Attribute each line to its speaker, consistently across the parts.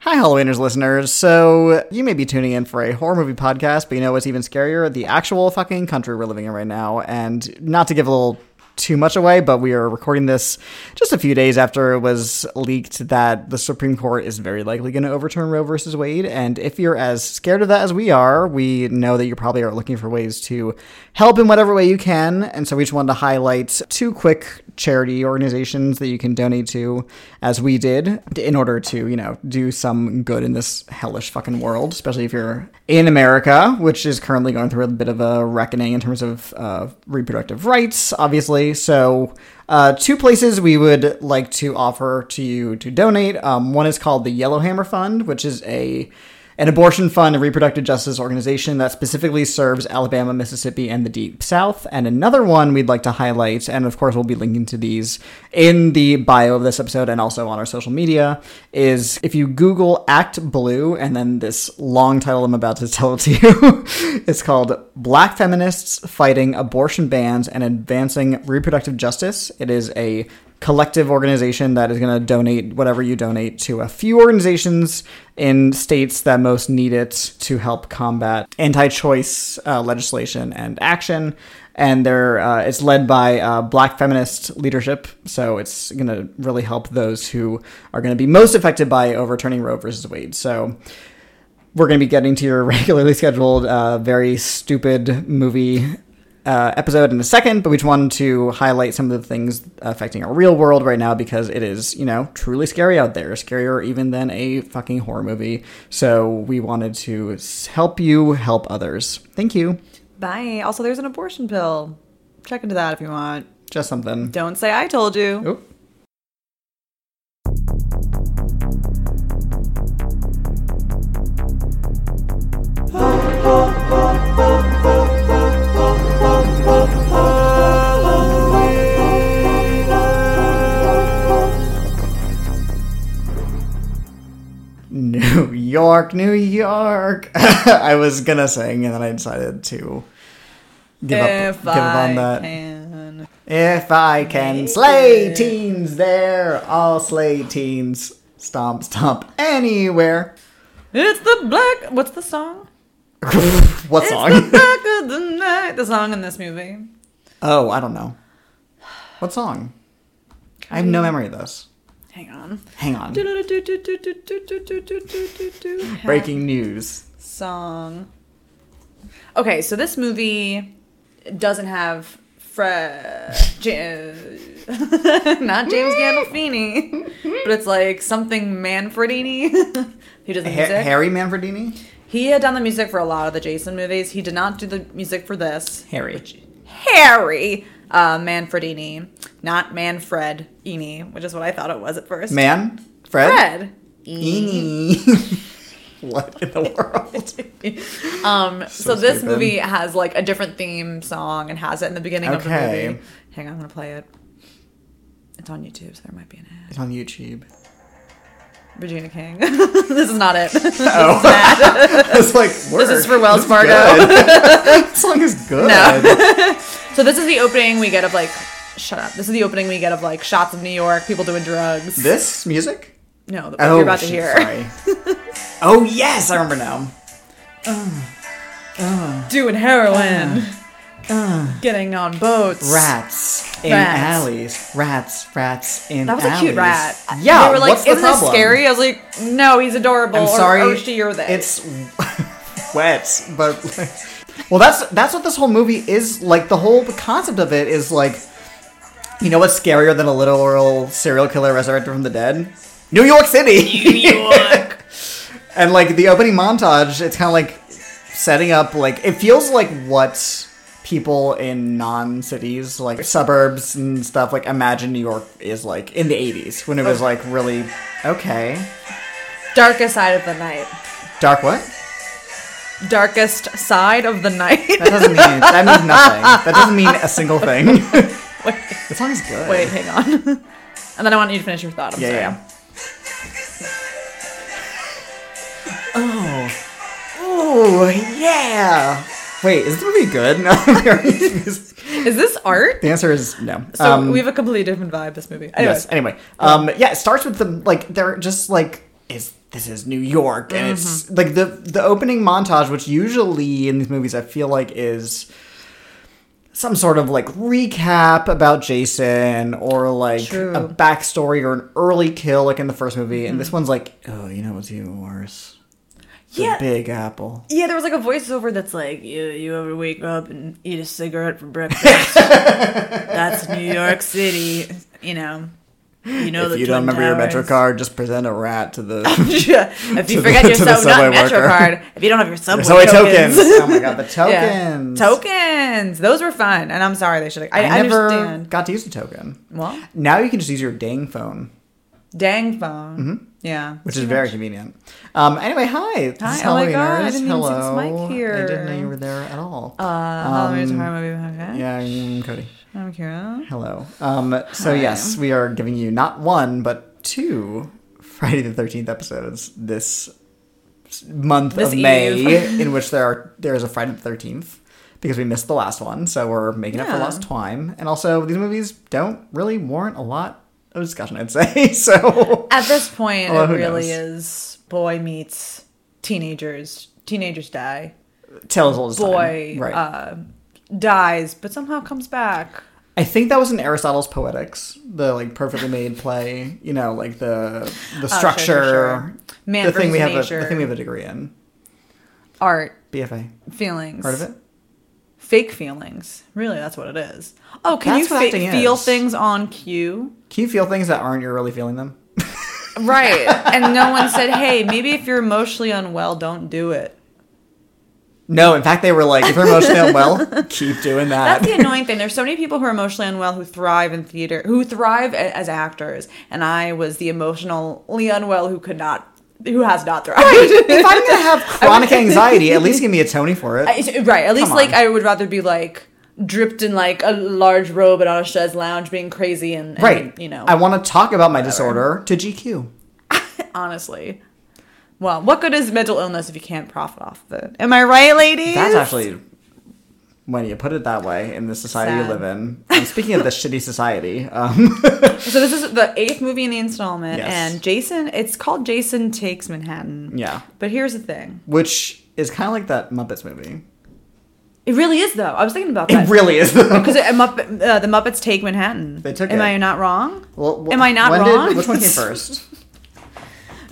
Speaker 1: Hi, Halloweeners listeners. So, you may be tuning in for a horror movie podcast, but you know what's even scarier? The actual fucking country we're living in right now. And not to give a little too much away, but we are recording this just a few days after it was leaked that the Supreme Court is very likely going to overturn Roe versus Wade. And if you're as scared of that as we are, we know that you probably are looking for ways to help in whatever way you can. And so we just wanted to highlight two quick charity organizations that you can donate to, as we did, in order to, you know, do some good in this hellish fucking world, especially if you're in America, which is currently going through a bit of a reckoning in terms of uh, reproductive rights, obviously. So, uh, two places we would like to offer to you to donate. Um, one is called the Yellowhammer Fund, which is a an abortion fund and reproductive justice organization that specifically serves Alabama, Mississippi, and the Deep South. And another one we'd like to highlight, and of course, we'll be linking to these in the bio of this episode and also on our social media, is if you Google Act Blue and then this long title I'm about to tell to you, it's called Black Feminists Fighting Abortion Bans and Advancing Reproductive Justice. It is a collective organization that is going to donate whatever you donate to a few organizations in states that most need it to help combat anti-choice uh, legislation and action and they're uh, it's led by uh, black feminist leadership so it's going to really help those who are going to be most affected by overturning roe versus wade so we're going to be getting to your regularly scheduled uh, very stupid movie uh, episode in a second, but we just wanted to highlight some of the things affecting our real world right now because it is, you know, truly scary out there, scarier even than a fucking horror movie. So we wanted to help you help others. Thank you.
Speaker 2: Bye. Also, there's an abortion pill. Check into that if you want.
Speaker 1: Just something.
Speaker 2: Don't say I told you.
Speaker 1: Oop. New York, New York. I was gonna sing, and then I decided to give up,
Speaker 2: If
Speaker 1: give up on
Speaker 2: I
Speaker 1: that.
Speaker 2: can.
Speaker 1: If I can slay teens, there I'll slay teens. Stomp, stomp anywhere.
Speaker 2: It's the black. What's the song?
Speaker 1: what
Speaker 2: It's the
Speaker 1: song?
Speaker 2: black of the night. The song in this movie.
Speaker 1: oh, I don't know. What song? I have no memory of this.
Speaker 2: Hang on.
Speaker 1: Hang on.
Speaker 2: Breaking.
Speaker 1: Breaking news.
Speaker 2: song. Okay, so this movie doesn't have Fred, ja- not James Gandolfini, but it's like something Manfredini. he does the
Speaker 1: Ha-
Speaker 2: music.
Speaker 1: Harry Manfredini?
Speaker 2: he had done the music for a lot of the Jason movies. He did not do the music for this.
Speaker 1: Harry.
Speaker 2: Harry uh, Manfredini, not Manfred Ini, which is what I thought it was at first.
Speaker 1: Man? Fred?
Speaker 2: Fred.
Speaker 1: Eeny. what in the world?
Speaker 2: um,
Speaker 1: So
Speaker 2: so, this
Speaker 1: stupid.
Speaker 2: movie has like a different theme song and has it in the beginning of
Speaker 1: Okay.
Speaker 2: the movie. Hang on, I'm gonna play it. It's on YouTube, so there might be an ad.
Speaker 1: It's on YouTube.
Speaker 2: Regina King. this is not it.
Speaker 1: Oh. it's like,
Speaker 2: this is for
Speaker 1: work.
Speaker 2: Wells Fargo.
Speaker 1: Good. That song is good.
Speaker 2: So this is the opening we get of like. Shut up. This is the opening we get of like shots of New York, people doing drugs.
Speaker 1: This music?
Speaker 2: no, the you're about to
Speaker 1: Oh, shit,
Speaker 2: hear.
Speaker 1: Sorry. oh yes, I remember now.
Speaker 2: Doing heroin. Getting on boats.
Speaker 1: Rats in
Speaker 2: Rats.
Speaker 1: alleys. Rats, rats in
Speaker 2: That was
Speaker 1: alleys.
Speaker 2: a cute rat.
Speaker 1: Uh, Yeah,
Speaker 2: They were like,
Speaker 1: what's
Speaker 2: isn't
Speaker 1: the problem?
Speaker 2: this scary? I was like, no, he's adorable.
Speaker 1: I'm sorry.
Speaker 2: Or, or she or they.
Speaker 1: It's wet, but well, that's that's what this whole movie is like. The whole concept of it is like, you know, what's scarier than a literal serial killer resurrected from the dead? New York City. New York. and like the opening montage, it's kind of like setting up like it feels like what people in non-cities like suburbs and stuff like imagine new york is like in the 80s when it was like really okay
Speaker 2: Darkest side of the night.
Speaker 1: dark what
Speaker 2: Darkest side of the night.
Speaker 1: That doesn't mean that means nothing. That doesn't mean a single thing. the song is good.
Speaker 2: Wait, hang on. and then I want you to finish your thought. I'm
Speaker 1: Yeah,
Speaker 2: sorry.
Speaker 1: yeah. Oh. Oh yeah. Wait, is this movie good? No.
Speaker 2: Is this art?
Speaker 1: the answer is no. Um,
Speaker 2: So we have a completely different vibe. This movie. Anyway,
Speaker 1: yes. Anyway, um, yeah, it starts with them like they're just like is this is New York, and it's
Speaker 2: Mm-hmm.
Speaker 1: like the the opening montage, which usually in these movies I feel like is some sort of like recap about Jason or like
Speaker 2: True.
Speaker 1: a backstory or an early kill, like in the first movie, and
Speaker 2: Mm-hmm.
Speaker 1: this one's like, oh, you know what's even worse? The
Speaker 2: Yeah.
Speaker 1: Big Apple.
Speaker 2: Yeah, there was like a voiceover that's like, you, you ever wake up and eat a cigarette for breakfast? that's New York City. You know, you know the
Speaker 1: If you don't
Speaker 2: Twin
Speaker 1: remember your Metro
Speaker 2: Towers.
Speaker 1: card, just present a rat to the
Speaker 2: yeah. If
Speaker 1: To
Speaker 2: you
Speaker 1: the-
Speaker 2: forget your
Speaker 1: to the
Speaker 2: sub, not
Speaker 1: subway
Speaker 2: Metro
Speaker 1: worker.
Speaker 2: card. If you don't have your subway,
Speaker 1: subway tokens.
Speaker 2: tokens.
Speaker 1: oh my god, the
Speaker 2: Yeah.
Speaker 1: tokens.
Speaker 2: Tokens. Those were fun, and I'm sorry they should. I,
Speaker 1: I never
Speaker 2: understand.
Speaker 1: got to use a token.
Speaker 2: Well,
Speaker 1: Now you can just use your dang phone,
Speaker 2: dang phone.
Speaker 1: Mm-hmm.
Speaker 2: Yeah.
Speaker 1: which is very convenient. Um, anyway, hi. This
Speaker 2: Hi,
Speaker 1: is
Speaker 2: oh my God, I
Speaker 1: Halloweeners.
Speaker 2: didn't even see this
Speaker 1: Hello.
Speaker 2: mic
Speaker 1: I didn't know
Speaker 2: here.
Speaker 1: you were there at all.
Speaker 2: Uh, Halloween is a horror movie podcast.
Speaker 1: um, yeah, I'm Cody.
Speaker 2: I'm Kira.
Speaker 1: Hello. Um, so yes, we are giving you not one but two Friday the Thirteenth episodes this s- month
Speaker 2: This
Speaker 1: of May,
Speaker 2: eve.
Speaker 1: in which there are there is a Friday the Thirteenth because we missed the last one, so we're making up for
Speaker 2: Yeah.
Speaker 1: lost time. And also, these movies don't really warrant a lot of discussion, I'd say. So
Speaker 2: At this point,
Speaker 1: Although
Speaker 2: it
Speaker 1: who
Speaker 2: really
Speaker 1: knows?
Speaker 2: is boy meets teenagers. Teenagers die.
Speaker 1: tell as old as time.
Speaker 2: Boy
Speaker 1: right?
Speaker 2: uh, dies, but somehow comes back.
Speaker 1: I think that was in Aristotle's Poetics, the like perfectly made play. You know, like the the
Speaker 2: Oh, sure, sure,
Speaker 1: structure,
Speaker 2: sure. Man
Speaker 1: the thing we have
Speaker 2: versus
Speaker 1: a the
Speaker 2: nature.
Speaker 1: thing we have a degree in.
Speaker 2: Art,
Speaker 1: BFA.
Speaker 2: feelings.
Speaker 1: Part of it?
Speaker 2: Fake feelings. Really, that's what it is. Oh, can
Speaker 1: That's
Speaker 2: you
Speaker 1: what
Speaker 2: fa-
Speaker 1: acting
Speaker 2: feel
Speaker 1: is.
Speaker 2: things on cue?
Speaker 1: Can you feel things that aren't you're really feeling them?
Speaker 2: Right. and no one said, hey, maybe if you're emotionally unwell, don't do it.
Speaker 1: No, in fact, they were like, if you're emotionally unwell, keep doing that.
Speaker 2: That's the annoying thing. There's so many people who are emotionally unwell who thrive in theater, who thrive a- as actors, and I was the emotionally unwell who could not, who has not thrived.
Speaker 1: if I'm gonna have chronic anxiety, at least give me a Tony for it.
Speaker 2: I- right. At least
Speaker 1: Come
Speaker 2: like
Speaker 1: on.
Speaker 2: I would rather be like dripped in like a large robe and on a chaise lounge, being crazy and, and,
Speaker 1: right.
Speaker 2: You know,
Speaker 1: I want to talk about my disorder to GQ.
Speaker 2: honestly. Well, what good is mental illness if you can't profit off of it? Am I right, ladies?
Speaker 1: That's actually when you put it that way in the society you
Speaker 2: Sad.
Speaker 1: live in. Um, speaking of the shitty society, um,
Speaker 2: So this is the eighth movie in the installment,
Speaker 1: Yes.
Speaker 2: and Jason. It's called Jason Takes Manhattan.
Speaker 1: yeah,
Speaker 2: But here's the thing.
Speaker 1: which is kind of like that Muppets movie.
Speaker 2: It really is though. I was thinking about that
Speaker 1: It really is.
Speaker 2: because Muppet, uh, the Muppets take Manhattan.
Speaker 1: They took
Speaker 2: Am
Speaker 1: it.
Speaker 2: I not wrong?
Speaker 1: Well, wh-
Speaker 2: Am I not
Speaker 1: when
Speaker 2: wrong?
Speaker 1: Did, which one came first?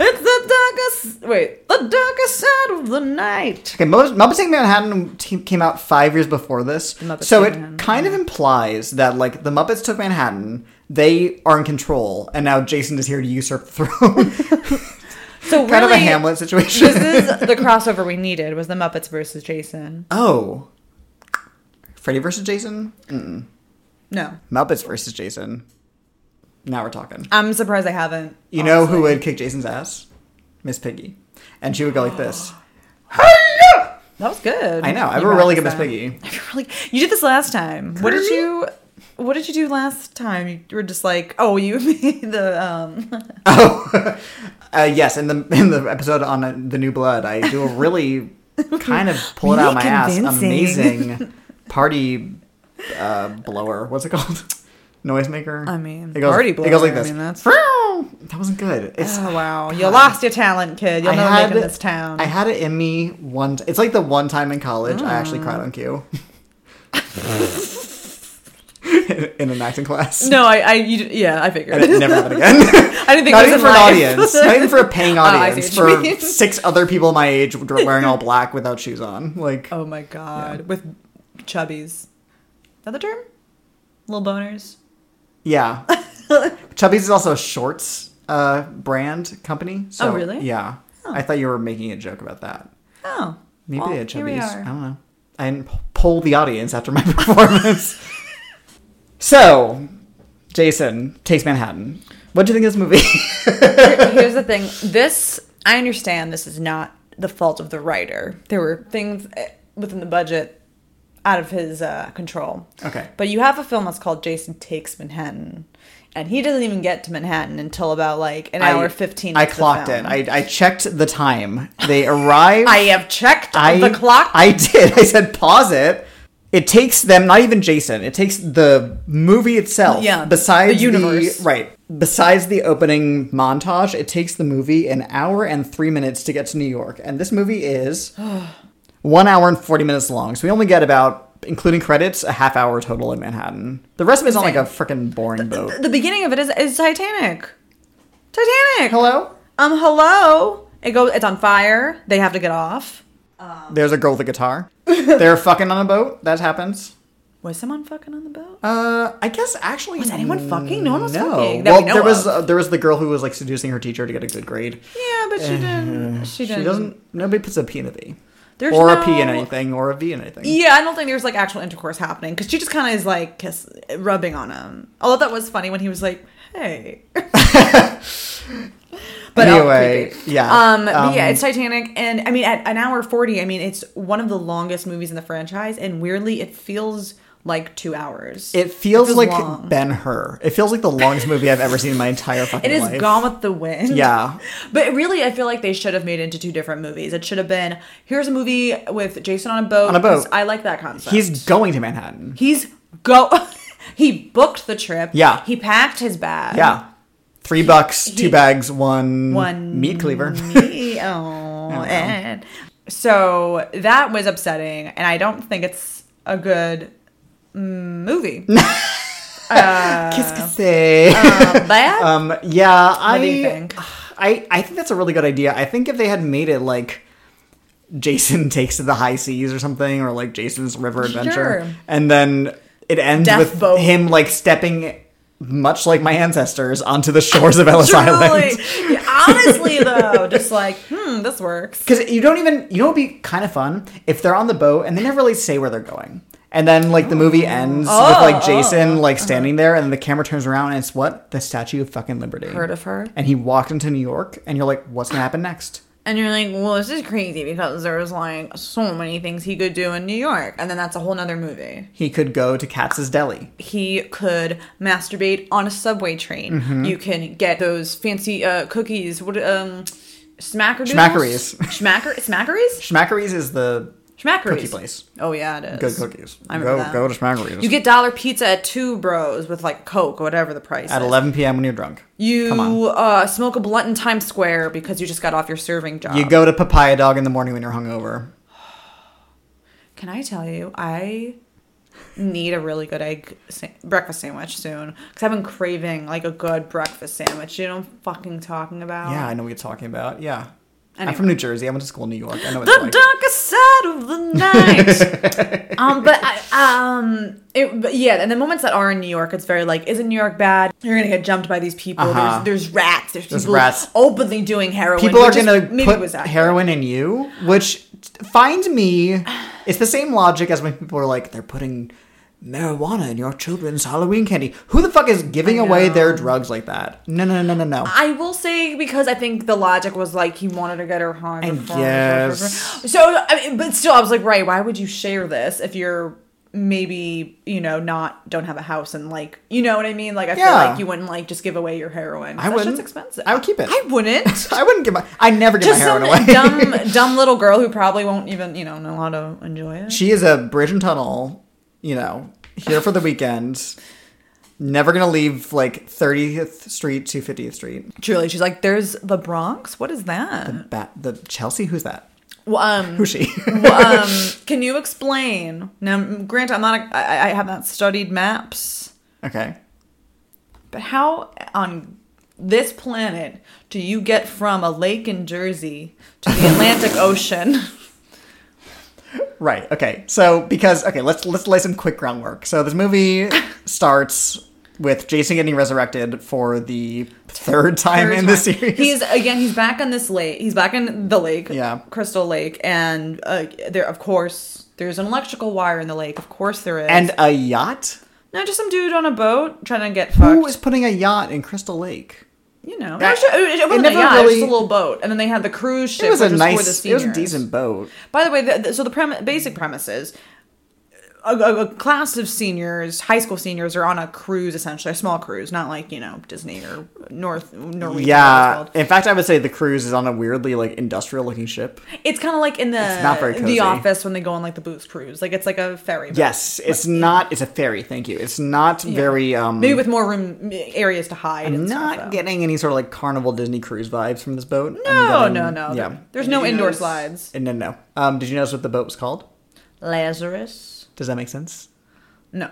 Speaker 2: It's the darkest. Wait, the darkest side of the night.
Speaker 1: Okay, Muppets, Muppets Take Manhattan t- came out five years before this,
Speaker 2: Muppets
Speaker 1: so
Speaker 2: Take
Speaker 1: it
Speaker 2: Manhattan,
Speaker 1: kind of implies that like the Muppets took Manhattan, they are in control, and now Jason is here to usurp the throne.
Speaker 2: So
Speaker 1: kind of a
Speaker 2: really,
Speaker 1: Hamlet
Speaker 2: this
Speaker 1: situation.
Speaker 2: is the crossover we needed. Was the Muppets versus Jason?
Speaker 1: oh, Freddy versus Jason,
Speaker 2: No,
Speaker 1: Muppets versus Jason. Now we're talking.
Speaker 2: I'm surprised I haven't. Oh,
Speaker 1: You know who would kick Jason's ass? Miss Piggy, and she would go like this.
Speaker 2: That was good.
Speaker 1: I know. I have
Speaker 2: You
Speaker 1: a really good Miss
Speaker 2: practiced that.
Speaker 1: Piggy.
Speaker 2: I really, you did this last time. What did
Speaker 1: Kirby?
Speaker 2: you? What did you do last time? You were just like, oh, you made the um.
Speaker 1: Oh, uh, yes. In the in the episode on uh, the new blood, I do a really kind of pull it out of my ass,
Speaker 2: Convincing.
Speaker 1: amazing party uh, blower. What's it called? Noisemaker.
Speaker 2: I mean,
Speaker 1: it goes,
Speaker 2: party
Speaker 1: It goes like
Speaker 2: blower,
Speaker 1: this.
Speaker 2: I mean, that's-
Speaker 1: That wasn't good. It's
Speaker 2: Oh wow, you lost your talent, kid. You'll
Speaker 1: I
Speaker 2: never
Speaker 1: had
Speaker 2: make it in this town.
Speaker 1: I had it in me one. T- it's like the one time in college I actually
Speaker 2: Oh.
Speaker 1: cried on cue. in, in an acting class.
Speaker 2: no, I, I, you, yeah, I
Speaker 1: And it
Speaker 2: figured.
Speaker 1: never happened again.
Speaker 2: I didn't think
Speaker 1: not
Speaker 2: it
Speaker 1: even
Speaker 2: was
Speaker 1: for an
Speaker 2: in life.
Speaker 1: audience, not even for a paying
Speaker 2: Oh, I see
Speaker 1: audience,
Speaker 2: what you
Speaker 1: for
Speaker 2: mean.
Speaker 1: six other people my age wearing all black without shoes on. Like,
Speaker 2: Oh my god, with chubbies. Is that the term? Little boners.
Speaker 1: yeah. Chubbies is also a shorts uh, brand company. So,
Speaker 2: Oh, really?
Speaker 1: Yeah. I thought you were making a joke about that.
Speaker 2: Oh,
Speaker 1: Maybe
Speaker 2: well,
Speaker 1: they had
Speaker 2: here we
Speaker 1: chubbies.
Speaker 2: are.
Speaker 1: I don't know. I didn't p- poll the audience after my performance. so, Jason takes Manhattan. What do you think of this movie?
Speaker 2: Here- here's the thing this i understand this is not the fault of the writer there were things eh, within the budget out of his uh, control
Speaker 1: Okay.
Speaker 2: but you have a film that's called jason takes manhattan and he doesn't even get to manhattan until about like an hour 15
Speaker 1: I
Speaker 2: into the
Speaker 1: clocked it.
Speaker 2: film.
Speaker 1: I, I checked the time. They arrive.
Speaker 2: I have checked the clock
Speaker 1: I did. I said pause it. It takes them, not even Jason. It takes the movie itself.
Speaker 2: Yeah,
Speaker 1: Besides
Speaker 2: the universe.
Speaker 1: right. besides the opening montage, it takes the movie an hour and three minutes to get to New York. And this movie is one hour and 40 minutes long. So we only get about, including credits, a half hour total in Manhattan. The rest of it's on like a freaking boring boat.
Speaker 2: The beginning of it is, is Titanic. Titanic.
Speaker 1: Hello?
Speaker 2: Um, hello. It goes. It's on fire. They have to get off.
Speaker 1: There's a girl with a guitar. They're fucking on a boat. That happens.
Speaker 2: Was someone fucking on the boat?
Speaker 1: Uh, I guess actually
Speaker 2: Was anyone fucking? No one was
Speaker 1: Um, no.
Speaker 2: fucking. that
Speaker 1: Well,
Speaker 2: we know
Speaker 1: there was
Speaker 2: of.
Speaker 1: uh, there was the girl who was like seducing her teacher to get a good grade.
Speaker 2: yeah, but she didn't. She didn't.
Speaker 1: She doesn't. Nobody puts a P in a V,
Speaker 2: There's
Speaker 1: or a P in
Speaker 2: no- E
Speaker 1: anything, or a V in anything.
Speaker 2: Yeah, I don't think there's like actual intercourse happening because she just kind of is like kiss, rubbing on him. Although that was funny when he was like, "Hey." but oh,
Speaker 1: Anyway,
Speaker 2: creepy.
Speaker 1: yeah,
Speaker 2: Um, but yeah,
Speaker 1: um,
Speaker 2: it's Titanic, and I mean, at an hour forty, I mean, it's one of the longest movies in the franchise, and weirdly, it feels like two hours.
Speaker 1: It feels,
Speaker 2: feels
Speaker 1: like
Speaker 2: long.
Speaker 1: Ben Hur. It feels like the longest movie I've ever seen in my entire fucking
Speaker 2: It is
Speaker 1: life.
Speaker 2: Gone with the Wind.
Speaker 1: Yeah.
Speaker 2: But really, I feel like they should have made it into two different movies. It should have been here's a movie with Jason on a boat.
Speaker 1: On a boat.
Speaker 2: 'cause I like that concept.
Speaker 1: He's going to Manhattan.
Speaker 2: he's go. he booked the trip.
Speaker 1: Yeah.
Speaker 2: He packed his bag.
Speaker 1: Yeah, three bucks, two
Speaker 2: he-
Speaker 1: bags, one
Speaker 2: One
Speaker 1: meat cleaver.
Speaker 2: Me- oh, and so that was upsetting, and I don't think it's a good movie. Uh,
Speaker 1: Kiss kiss.
Speaker 2: Um, but
Speaker 1: Um, yeah, I
Speaker 2: do you think?
Speaker 1: I I think that's a really good idea. I think if they had made it like Jason takes to the high seas or something, or like Jason's river adventure,
Speaker 2: Sure.
Speaker 1: and then it ends
Speaker 2: Death
Speaker 1: with
Speaker 2: boat.
Speaker 1: him like stepping, much like my ancestors, onto the shores of Ellis
Speaker 2: truly,
Speaker 1: Island.
Speaker 2: honestly though, just like hmm, this works.
Speaker 1: Because you don't even you know it'd be kind of fun if they're on the boat and they never really say where they're going. And then, like, the movie ends
Speaker 2: Oh, Uh-huh.
Speaker 1: with, like, Jason, like, standing there, and the camera turns around, and it's what? The Statue of fucking Liberty.
Speaker 2: Heard of her?
Speaker 1: and he walked into New York, and you're like, what's gonna happen next?
Speaker 2: And you're like, well, this is crazy because there's like so many things he could do in New York. And then that's a whole nother movie.
Speaker 1: He could go to Katz's Deli.
Speaker 2: He could masturbate on a subway train.
Speaker 1: Mm-hmm.
Speaker 2: You can get those fancy uh, cookies. What, um, smackerdoodles?
Speaker 1: Schmackeries.
Speaker 2: Schmacker, smackeries?
Speaker 1: Schmackeries is the
Speaker 2: Schmackeries.
Speaker 1: cookie place.
Speaker 2: Oh, yeah, it is.
Speaker 1: Good cookies.
Speaker 2: I
Speaker 1: go,
Speaker 2: remember that.
Speaker 1: go to Schmackeries.
Speaker 2: You get dollar pizza at Two Bros with like Coke or whatever the price
Speaker 1: at
Speaker 2: is.
Speaker 1: 11 p.m. when you're drunk. Come on.
Speaker 2: You uh, smoke a blunt in Times Square because you just got off your serving job.
Speaker 1: You go to Papaya Dog in the morning when you're hungover.
Speaker 2: Can I tell you, I need a really good egg sa- breakfast sandwich soon because I've been craving like a good breakfast sandwich. You know what I'm fucking talking about?
Speaker 1: Yeah, I know what you're talking about. Yeah. I'm
Speaker 2: Anyway.
Speaker 1: from New Jersey. I went to school in New York. I know what
Speaker 2: The
Speaker 1: it's like.
Speaker 2: darker side of the night. um, but I, um, it, but yeah, and the moments that are in New York, it's very like, isn't New York bad? You're gonna get jumped by these people.
Speaker 1: Uh-huh.
Speaker 2: There's, there's rats. There's,
Speaker 1: There's
Speaker 2: people
Speaker 1: rats.
Speaker 2: openly doing heroin.
Speaker 1: People are
Speaker 2: which is-
Speaker 1: gonna
Speaker 2: maybe
Speaker 1: put
Speaker 2: was accurate.
Speaker 1: heroin in you, which find me. It's the same logic as when people are like, they're putting marijuana in your children's Halloween candy. Who the fuck is giving
Speaker 2: I
Speaker 1: away
Speaker 2: know.
Speaker 1: their drugs like that? No, no, no, no, no.
Speaker 2: I will say because I think the logic was like he wanted to get her high.
Speaker 1: I
Speaker 2: before-
Speaker 1: guess.
Speaker 2: So, I mean, but still, I was like, right? Why would you share this if you're maybe you know not don't have a house and like you know what I mean? Like I
Speaker 1: Yeah.
Speaker 2: feel like you wouldn't like just give away your heroin.
Speaker 1: I
Speaker 2: That shit's
Speaker 1: wouldn't.
Speaker 2: expensive.
Speaker 1: I would keep it.
Speaker 2: I wouldn't.
Speaker 1: I wouldn't give my. I never give
Speaker 2: just
Speaker 1: my
Speaker 2: some
Speaker 1: heroin away.
Speaker 2: dumb dumb little girl who probably won't even you know know how to enjoy it.
Speaker 1: she is a bridge and tunnel, you know, here for the weekend. Never gonna leave like 30th Street to 50th Street.
Speaker 2: Truly, she's like, there's the Bronx. What is that?
Speaker 1: Bat the Chelsea. Who's that?
Speaker 2: Well, um,
Speaker 1: Who's she?
Speaker 2: well, um, can you explain? Now, grant I'm not. A, I, I have not studied maps,
Speaker 1: okay.
Speaker 2: but how on this planet do you get from a lake in Jersey to the Atlantic Ocean?
Speaker 1: Right. Okay. So because okay, let's let's lay some quick groundwork. So this movie starts with Jason getting resurrected for the third time in the series.
Speaker 2: he's again. He's back on this lake. He's back in the lake.
Speaker 1: Yeah.
Speaker 2: Crystal Lake, and uh, there, of course, there's an electrical wire in the lake. Of course, there is.
Speaker 1: and a yacht.
Speaker 2: no, just some dude on a boat trying to get
Speaker 1: Who
Speaker 2: fucked.
Speaker 1: is putting a yacht in Crystal Lake?
Speaker 2: you know,
Speaker 1: That-
Speaker 2: Actually, it, it
Speaker 1: it
Speaker 2: wasn't a
Speaker 1: never
Speaker 2: yacht, it was just
Speaker 1: really-
Speaker 2: a little boat, and then they had the cruise ship.
Speaker 1: It was a
Speaker 2: which was for
Speaker 1: nice.
Speaker 2: the
Speaker 1: It was a
Speaker 2: seniors.
Speaker 1: decent boat.
Speaker 2: By the way, the, the- so the prem- basic premise is a, a, a class of seniors, high school seniors, are on a cruise essentially, a small cruise, not like you know Disney or North Norwegian.
Speaker 1: Yeah.
Speaker 2: whatever it's
Speaker 1: In fact, I would say the cruise is on a weirdly like industrial looking ship.
Speaker 2: called. it's kind of like in the
Speaker 1: not very cozy.
Speaker 2: the office when they go on like the booth cruise, like it's like a ferry. boat.
Speaker 1: Yes, it's not. It's a ferry. Thank you. It's not very. um
Speaker 2: maybe with more room areas to hide. and
Speaker 1: Not
Speaker 2: stuff, though.
Speaker 1: getting any sort of like Carnival Disney cruise vibes from this boat.
Speaker 2: No,
Speaker 1: I'm
Speaker 2: no,
Speaker 1: getting-
Speaker 2: no.
Speaker 1: Yeah.
Speaker 2: There- There's no
Speaker 3: Did you
Speaker 2: indoor
Speaker 3: notice-
Speaker 2: slides.
Speaker 1: No, no. Um, did you notice what the boat was called?
Speaker 2: Lazarus.
Speaker 1: Does that make sense?
Speaker 2: No.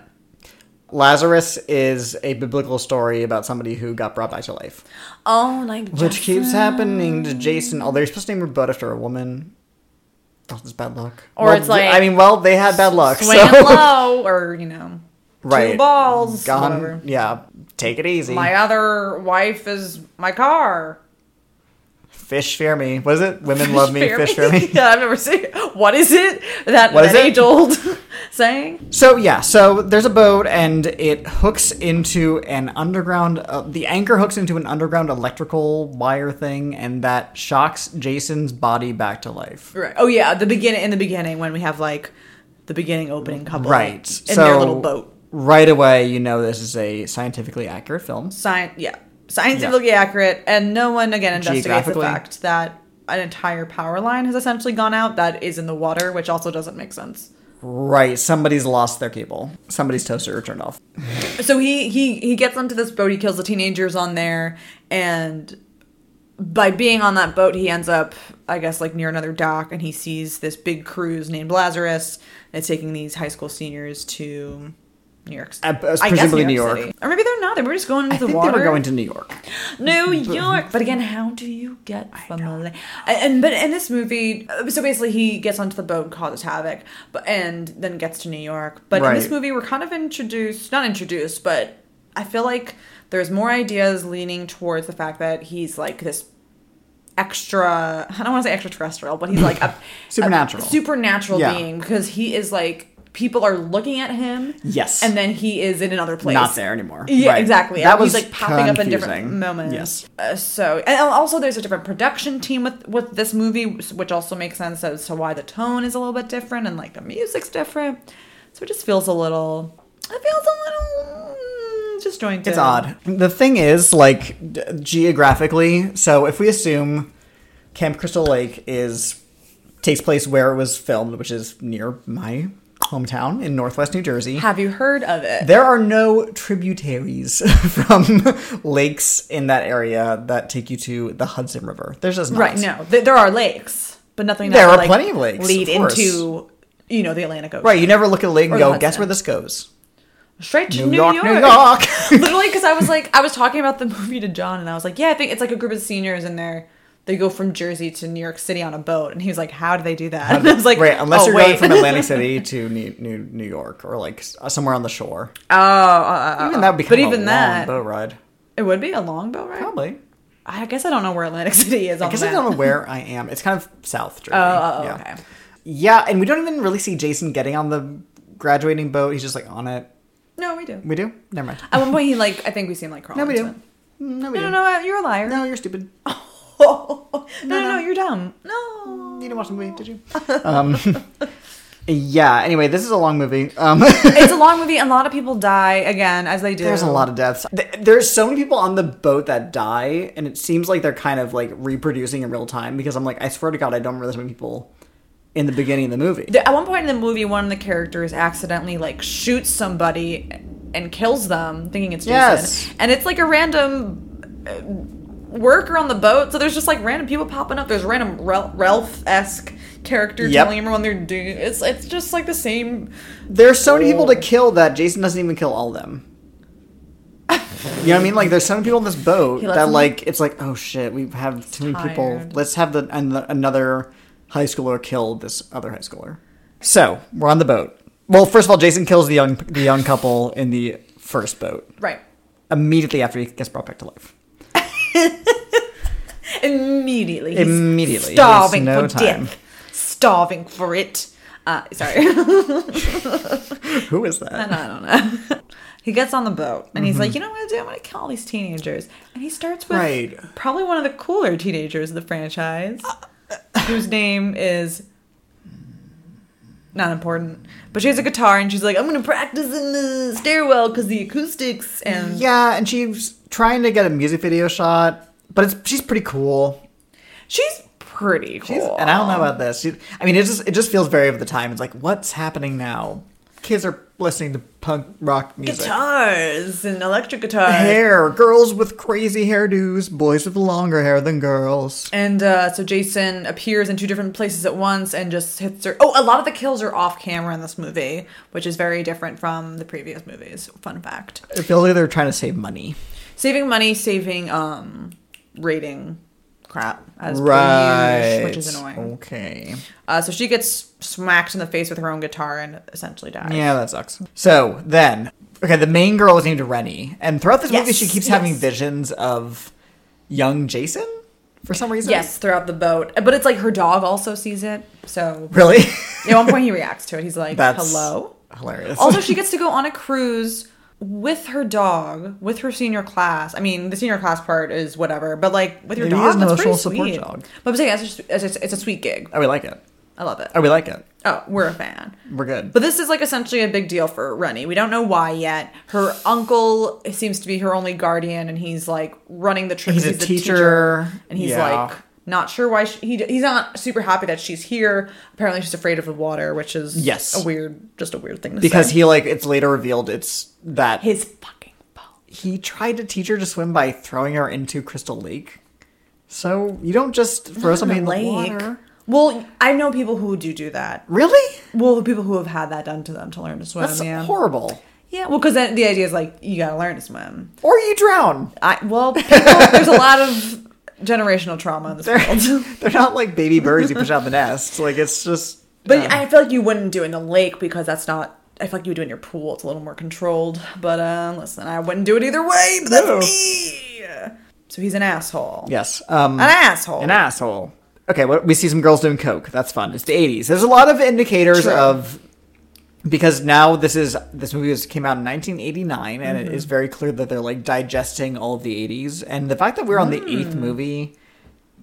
Speaker 1: Lazarus is a biblical story about somebody who got brought back to life,
Speaker 2: Oh, like
Speaker 1: which keeps happening to Jason. Although you're supposed to name your boat after a woman. Oh, that's bad luck.
Speaker 2: Or
Speaker 1: Well,
Speaker 2: it's like-
Speaker 1: I mean, well, they had bad luck.
Speaker 2: swinging
Speaker 1: so.
Speaker 2: low, or you know,
Speaker 1: right.
Speaker 2: two balls.
Speaker 1: Gone.
Speaker 2: Whatever.
Speaker 1: Yeah. Take it easy.
Speaker 2: My other wife is my car.
Speaker 1: Fish fear me. What is it? Women love me. Fish fear me.
Speaker 2: yeah, I've never seen. What is it? That,
Speaker 1: What is
Speaker 2: that
Speaker 1: it?
Speaker 2: age old saying.
Speaker 1: So yeah, so there's a boat and it hooks into an underground. Uh, the anchor hooks into an underground electrical wire thing, and that shocks Jason's body back to life.
Speaker 2: Right. Oh yeah, the beginning in the beginning when we have like the beginning opening couple
Speaker 1: Right.
Speaker 2: in
Speaker 1: so
Speaker 2: their little boat.
Speaker 1: Right away, you know this is a scientifically accurate film.
Speaker 2: Science. Yeah. Scientifically accurate, and no one again investigates the
Speaker 1: Geographically.
Speaker 2: fact that an entire power line has essentially gone out that is in the water, which also doesn't make sense.
Speaker 1: Right. Somebody's lost their cable. Somebody's toaster turned off.
Speaker 2: So he he he gets onto this boat. He kills the teenagers on there, and by being on that boat, he ends up, I guess, like near another dock, and he sees this big cruise named Lazarus. And it's taking these high school seniors to New York.
Speaker 1: Uh,
Speaker 2: City.
Speaker 1: uh, presumably New York.
Speaker 2: City. or maybe they're not. They were just going into
Speaker 1: I
Speaker 2: the
Speaker 1: think
Speaker 2: water.
Speaker 1: they were going to New York.
Speaker 2: New York. But again, how do you get from Malay? And, and but in this movie, uh, so basically he gets onto the boat and causes havoc, but and then gets to New York. But in this
Speaker 1: Right.
Speaker 2: movie, we're kind of introduced, not introduced, but I feel like there's more ideas leaning towards the fact that he's like this extra. I don't want to say extraterrestrial, but he's like a
Speaker 1: Supernatural.
Speaker 2: a supernatural
Speaker 1: Yeah.
Speaker 2: being because he is like people are looking at him.
Speaker 1: Yes.
Speaker 2: and then he is in another place.
Speaker 1: Not there anymore.
Speaker 2: Yeah,
Speaker 1: Right.
Speaker 2: exactly.
Speaker 1: That
Speaker 2: And
Speaker 1: was
Speaker 2: he's like popping up in different
Speaker 1: confusing.
Speaker 2: moments.
Speaker 1: Yes.
Speaker 2: Uh, so, and also there's a different production team with with this movie, which also makes sense as to why the tone is a little bit different and like the music's different. So it just feels a little. It feels a little mm, disjointed.
Speaker 1: It's odd. The thing is, like, d- geographically, so if we assume Camp Crystal Lake is takes place where it was filmed, which is near my hometown in northwest New Jersey.
Speaker 2: Have you heard of it?
Speaker 1: There are no tributaries from lakes in that area that take you to the Hudson River. There's just not.
Speaker 2: Right. No, Th- there are lakes, but nothing.
Speaker 1: There
Speaker 2: that
Speaker 1: are
Speaker 2: would, like,
Speaker 1: plenty of lakes,
Speaker 2: Lead
Speaker 1: of course.
Speaker 2: into you know the Atlantic Ocean.
Speaker 1: Right. You never look at a lake
Speaker 2: Or
Speaker 1: and
Speaker 2: the
Speaker 1: go,
Speaker 2: Hudson.
Speaker 1: guess where this goes?
Speaker 2: Straight to
Speaker 1: New, York, New York.
Speaker 2: literally because i was like i was talking about the movie to john and i was like yeah i think it's like a group of seniors in there they go from jersey to new york city on a boat and he was like how do they do that and i was like
Speaker 1: right. Unless
Speaker 2: oh,
Speaker 1: you're going
Speaker 2: wait.
Speaker 1: from Atlantic City to New, New, New York or like s- somewhere on the shore.
Speaker 2: oh uh, uh,
Speaker 1: Even that would be
Speaker 2: but
Speaker 1: kind of
Speaker 2: even
Speaker 1: a
Speaker 2: that
Speaker 1: long boat ride.
Speaker 2: it would be a long boat right
Speaker 1: Probably.
Speaker 2: i guess i don't know where atlantic city is on
Speaker 1: I guess
Speaker 2: the
Speaker 1: I don't
Speaker 2: map.
Speaker 1: know where I am. It's kind of south Jersey.
Speaker 2: oh, oh,
Speaker 1: yeah.
Speaker 2: okay.
Speaker 1: Yeah, and we don't even really see Jason getting on the graduating boat. He's just like on it.
Speaker 2: no we do
Speaker 1: We do? Never mind.
Speaker 2: at one point he like i think we see him like crawling
Speaker 1: Uh, No, we do.
Speaker 2: into it.
Speaker 1: No, we
Speaker 2: no
Speaker 1: do.
Speaker 2: no no you're a liar
Speaker 1: No, you're stupid.
Speaker 2: no no, no,
Speaker 1: no.
Speaker 2: you're dumb no
Speaker 1: You didn't watch the movie, did you? Um, yeah. Anyway, this is a long movie. Um,
Speaker 2: it's a long movie and a lot of people die again as they do
Speaker 1: there's a lot of deaths. Th- There's so many people on the boat that die, and it seems like they're kind of like reproducing in real time. Because I'm like, I swear to God, I don't remember this many people in the beginning of the movie.
Speaker 2: The- At one point in the movie, one of the characters accidentally like shoots somebody and kills them, thinking it's Jason.
Speaker 1: Yes.
Speaker 2: And it's like a random uh, worker on the boat. So there's just like random people popping up. There's random Rel- Ralph esque character
Speaker 1: Yep.
Speaker 2: telling everyone they're doing. It's it's just like the same.
Speaker 1: There's so many people to kill that Jason doesn't even kill all of them. you know what I mean? Like, there's so many people on this boat
Speaker 2: He lets
Speaker 1: that,
Speaker 2: them-
Speaker 1: like, it's like, oh shit, we have too many people.
Speaker 2: tired.
Speaker 1: Let's have the an, another high schooler kill this other high schooler. So we're on the boat. Well, first of all, Jason kills the young the young couple in the first boat
Speaker 2: Right.
Speaker 1: immediately after he gets brought back to life.
Speaker 2: Immediately. he's
Speaker 1: Immediately. He wastes
Speaker 2: Starving
Speaker 1: no
Speaker 2: for
Speaker 1: time.
Speaker 2: death. Starving for it. Uh, sorry.
Speaker 1: Who is that?
Speaker 2: I don't know. He gets on the boat and he's
Speaker 1: Mm-hmm.
Speaker 2: like, you know what I'm gonna do? I'm gonna kill all these teenagers. And he starts with
Speaker 1: Right. Uh,
Speaker 2: probably one of the cooler teenagers of the franchise, whose name is not important. But she has a guitar and she's like, I'm gonna practice in the stairwell because the acoustics and
Speaker 1: Yeah, and she's trying to get a music video shot, but it's she's pretty cool.
Speaker 2: she's pretty cool.
Speaker 1: She's, and I don't know about this. She, I mean, it just it just feels very of the time. It's like, what's happening now? Kids are listening to punk rock music.
Speaker 2: guitars and electric guitars.
Speaker 1: Hair, girls with crazy hairdos, boys with longer hair than girls.
Speaker 2: And uh, so Jason appears in two different places at once and just hits her. Oh, a lot of the kills are off camera in this movie, which is very different from the previous movies. Fun fact:
Speaker 1: It feels like they're trying to save money.
Speaker 2: saving money, saving um rating crap as per
Speaker 1: right.
Speaker 2: usual, which is annoying.
Speaker 1: Okay.
Speaker 2: Uh, so she gets smacked in the face with her own guitar and essentially dies.
Speaker 1: Yeah, that sucks. So then, okay, the main girl is named Rennie, and throughout this movie,
Speaker 2: Yes,
Speaker 1: she keeps
Speaker 2: yes.
Speaker 1: having visions of young Jason for some reason.
Speaker 2: Yes, throughout the boat, but it's like her dog also sees it. So
Speaker 1: Really?
Speaker 2: at one point he reacts to it. He's like,
Speaker 1: That's
Speaker 2: "Hello."
Speaker 1: hilarious.
Speaker 2: Also, she gets to go on a cruise with her dog, with her senior class. I mean, the senior class part is whatever, but like with your
Speaker 1: Maybe he
Speaker 2: dog,
Speaker 1: has an
Speaker 2: that's pretty
Speaker 1: emotional support
Speaker 2: sweet.
Speaker 1: dog.
Speaker 2: But I'm saying it's, just, it's, just- it's a sweet gig.
Speaker 1: oh, we like it.
Speaker 2: I love it.
Speaker 1: Oh, we like it.
Speaker 2: Oh, we're a fan.
Speaker 1: We're good.
Speaker 2: But this is like essentially a big deal for Rennie. We don't know why yet. Her uncle seems to be her only guardian, and he's like running the trip.
Speaker 1: He's
Speaker 2: 'cause
Speaker 1: a
Speaker 2: the
Speaker 1: teacher.
Speaker 2: and he's
Speaker 1: Yeah.
Speaker 2: like not sure why she, he he's not super happy that she's here. Apparently, she's afraid of the water, which is
Speaker 1: Yes.
Speaker 2: a weird, just a weird thing to
Speaker 1: because
Speaker 2: say.
Speaker 1: he like it's later revealed it's that
Speaker 2: his fucking boat.
Speaker 1: he tried to teach her to swim by throwing her into Crystal Lake. So you don't just throw somebody in the water.
Speaker 2: Well, I know people who do do that.
Speaker 1: Really?
Speaker 2: Well, people who have had that done to them to learn to swim.
Speaker 1: That's
Speaker 2: yeah.
Speaker 1: horrible.
Speaker 2: yeah. Well, because the idea is like you gotta learn to swim.
Speaker 1: Or you drown.
Speaker 2: I well, people, there's a lot of generational trauma in this world.
Speaker 1: They're not like baby birds you push out the nest. Like it's just.
Speaker 2: But
Speaker 1: yeah.
Speaker 2: I feel like you wouldn't do it in the lake because that's not. I feel like you would do it in your pool. It's a little more controlled. But uh, listen, I wouldn't do it either way. But that's
Speaker 1: No.
Speaker 2: me. So he's an asshole.
Speaker 1: yes, um,
Speaker 2: An asshole.
Speaker 1: an asshole. Okay, well, we see some girls doing coke. That's fun. It's the '80s. There's a lot of indicators
Speaker 2: True.
Speaker 1: of because now this is this movie was, came out in 1989, and it is very clear that they're like digesting all of the '80s, and the fact that we're on the eighth movie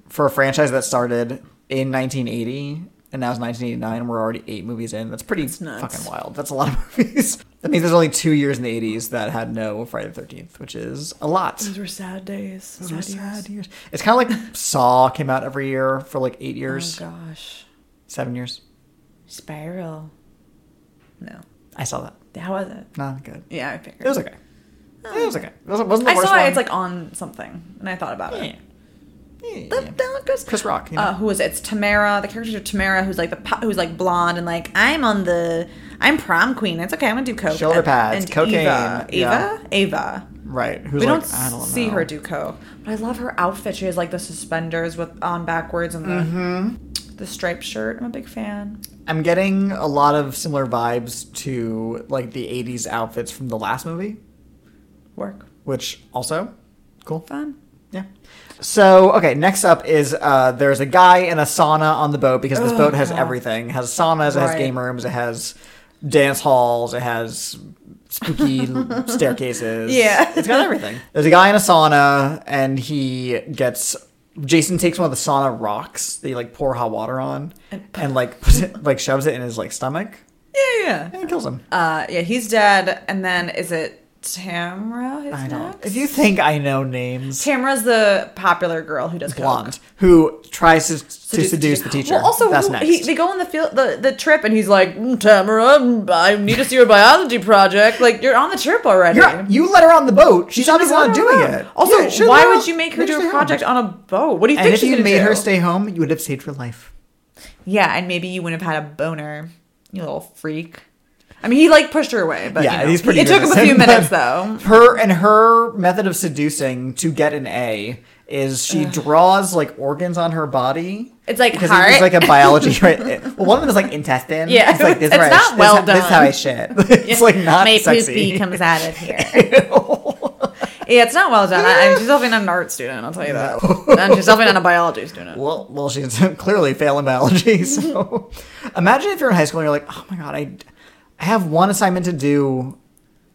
Speaker 1: for a franchise that started in 1980 and now it's 1989 and we're already eight movies in. That's pretty
Speaker 2: nuts.
Speaker 1: fucking wild. That's a lot of movies. That means there's only two years in the 80s that had no Friday the 13th, which is a lot.
Speaker 2: Those were sad days.
Speaker 1: Those were
Speaker 2: sad
Speaker 1: sad years. It's kind of like Saw came out every year for like eight
Speaker 2: years.
Speaker 1: years,
Speaker 2: Oh gosh.
Speaker 1: seven years.
Speaker 2: Spiral. No.
Speaker 1: I saw that.
Speaker 2: How was it?
Speaker 1: Not good.
Speaker 2: Yeah, I figured.
Speaker 1: It was okay. It was okay. It wasn't, wasn't the
Speaker 2: Oh. I
Speaker 1: worst
Speaker 2: saw
Speaker 1: one.
Speaker 2: it. It's like eh. on something, and I thought about
Speaker 1: Yeah.
Speaker 2: it.
Speaker 1: Yeah.
Speaker 2: The- the one goes-
Speaker 1: Chris Rock. You know?
Speaker 2: Uh, who is it? It's Tamara. The character of Tamara, who's like the po- who's like blonde and like I'm on the I'm prom queen. It's okay. I'm gonna do coke.
Speaker 1: Shoulder
Speaker 2: And-
Speaker 1: pads,
Speaker 2: and
Speaker 1: cocaine,
Speaker 2: Eva.
Speaker 1: yeah.
Speaker 2: Eva. Ava.
Speaker 1: right. Who's
Speaker 2: Oh. We
Speaker 1: like,
Speaker 2: don't,
Speaker 1: I don't
Speaker 2: see
Speaker 1: know.
Speaker 2: her do coke, but I love her outfit. She has like the suspenders with on backwards and the
Speaker 1: Mm-hmm.
Speaker 2: the striped shirt. I'm a big fan.
Speaker 1: I'm getting a lot of similar vibes to like the 80s outfits from the last movie,
Speaker 2: Work
Speaker 1: which also cool.
Speaker 2: fun.
Speaker 1: Yeah. So, okay, next up is uh, there's a guy in a sauna on the boat because this boat has everything. It has saunas, it has
Speaker 2: Right.
Speaker 1: game rooms, it has dance halls, it has spooky staircases.
Speaker 2: Yeah.
Speaker 1: It's got everything. There's a guy in a sauna and he gets Jason takes one of the sauna rocks that you like pour hot water on and like puts it, like shoves it in his like stomach
Speaker 2: Yeah, yeah.
Speaker 1: and it kills him.
Speaker 2: Uh, yeah, he's dead. And then is it Tamara? Is
Speaker 1: I know.
Speaker 2: next?
Speaker 1: If you think I know names,
Speaker 2: Tamara's the popular girl who does coke.
Speaker 1: blonde who tries to, to
Speaker 2: Seduce the
Speaker 1: seduce
Speaker 2: teacher.
Speaker 1: the teacher.
Speaker 2: Well, also
Speaker 1: that's
Speaker 2: who-
Speaker 1: next.
Speaker 2: He, they go on the field, the, the trip, and he's like, "Mm, "Tamara, mm, I need to see your biology project." Like you're on the trip already.
Speaker 1: You're, you let her on the boat. She's
Speaker 2: Should've
Speaker 1: obviously not
Speaker 2: let her
Speaker 1: doing
Speaker 2: alone.
Speaker 1: it.
Speaker 2: Also,
Speaker 1: Yeah, should've
Speaker 2: why
Speaker 1: let
Speaker 2: would you make her
Speaker 1: let
Speaker 2: do
Speaker 1: stay
Speaker 2: a
Speaker 1: home.
Speaker 2: project on a boat? What do you
Speaker 1: And
Speaker 2: think
Speaker 1: if
Speaker 2: she's
Speaker 1: you
Speaker 2: gonna
Speaker 1: made
Speaker 2: do?
Speaker 1: her stay home, you would have saved her life.
Speaker 2: Yeah, and maybe you wouldn't have had a boner, you little freak. I mean, he like pushed her away, but
Speaker 1: yeah,
Speaker 2: you know.
Speaker 1: he's pretty.
Speaker 2: It took him a
Speaker 1: innocent,
Speaker 2: few
Speaker 1: but
Speaker 2: minutes though.
Speaker 1: Her and her method of seducing to get an A is she draws like organs on her body.
Speaker 2: It's like
Speaker 1: because
Speaker 2: heart.
Speaker 1: it's like a biology. Right? Well, one of them is like intestine.
Speaker 2: Yeah.
Speaker 1: it's like this.
Speaker 2: It's
Speaker 1: where I
Speaker 2: not
Speaker 1: sh- this
Speaker 2: well
Speaker 1: how- This is how I shit. It's like not
Speaker 2: My
Speaker 1: sexy.
Speaker 2: poopy comes out of here. yeah, it's not well done. I, I, she's definitely not an art student. I'll tell you that. and she's definitely not a biology student.
Speaker 1: Well, well, she's clearly failing biology. So, imagine if you're in high school and you're like, "Oh my god, I, I have one assignment to do,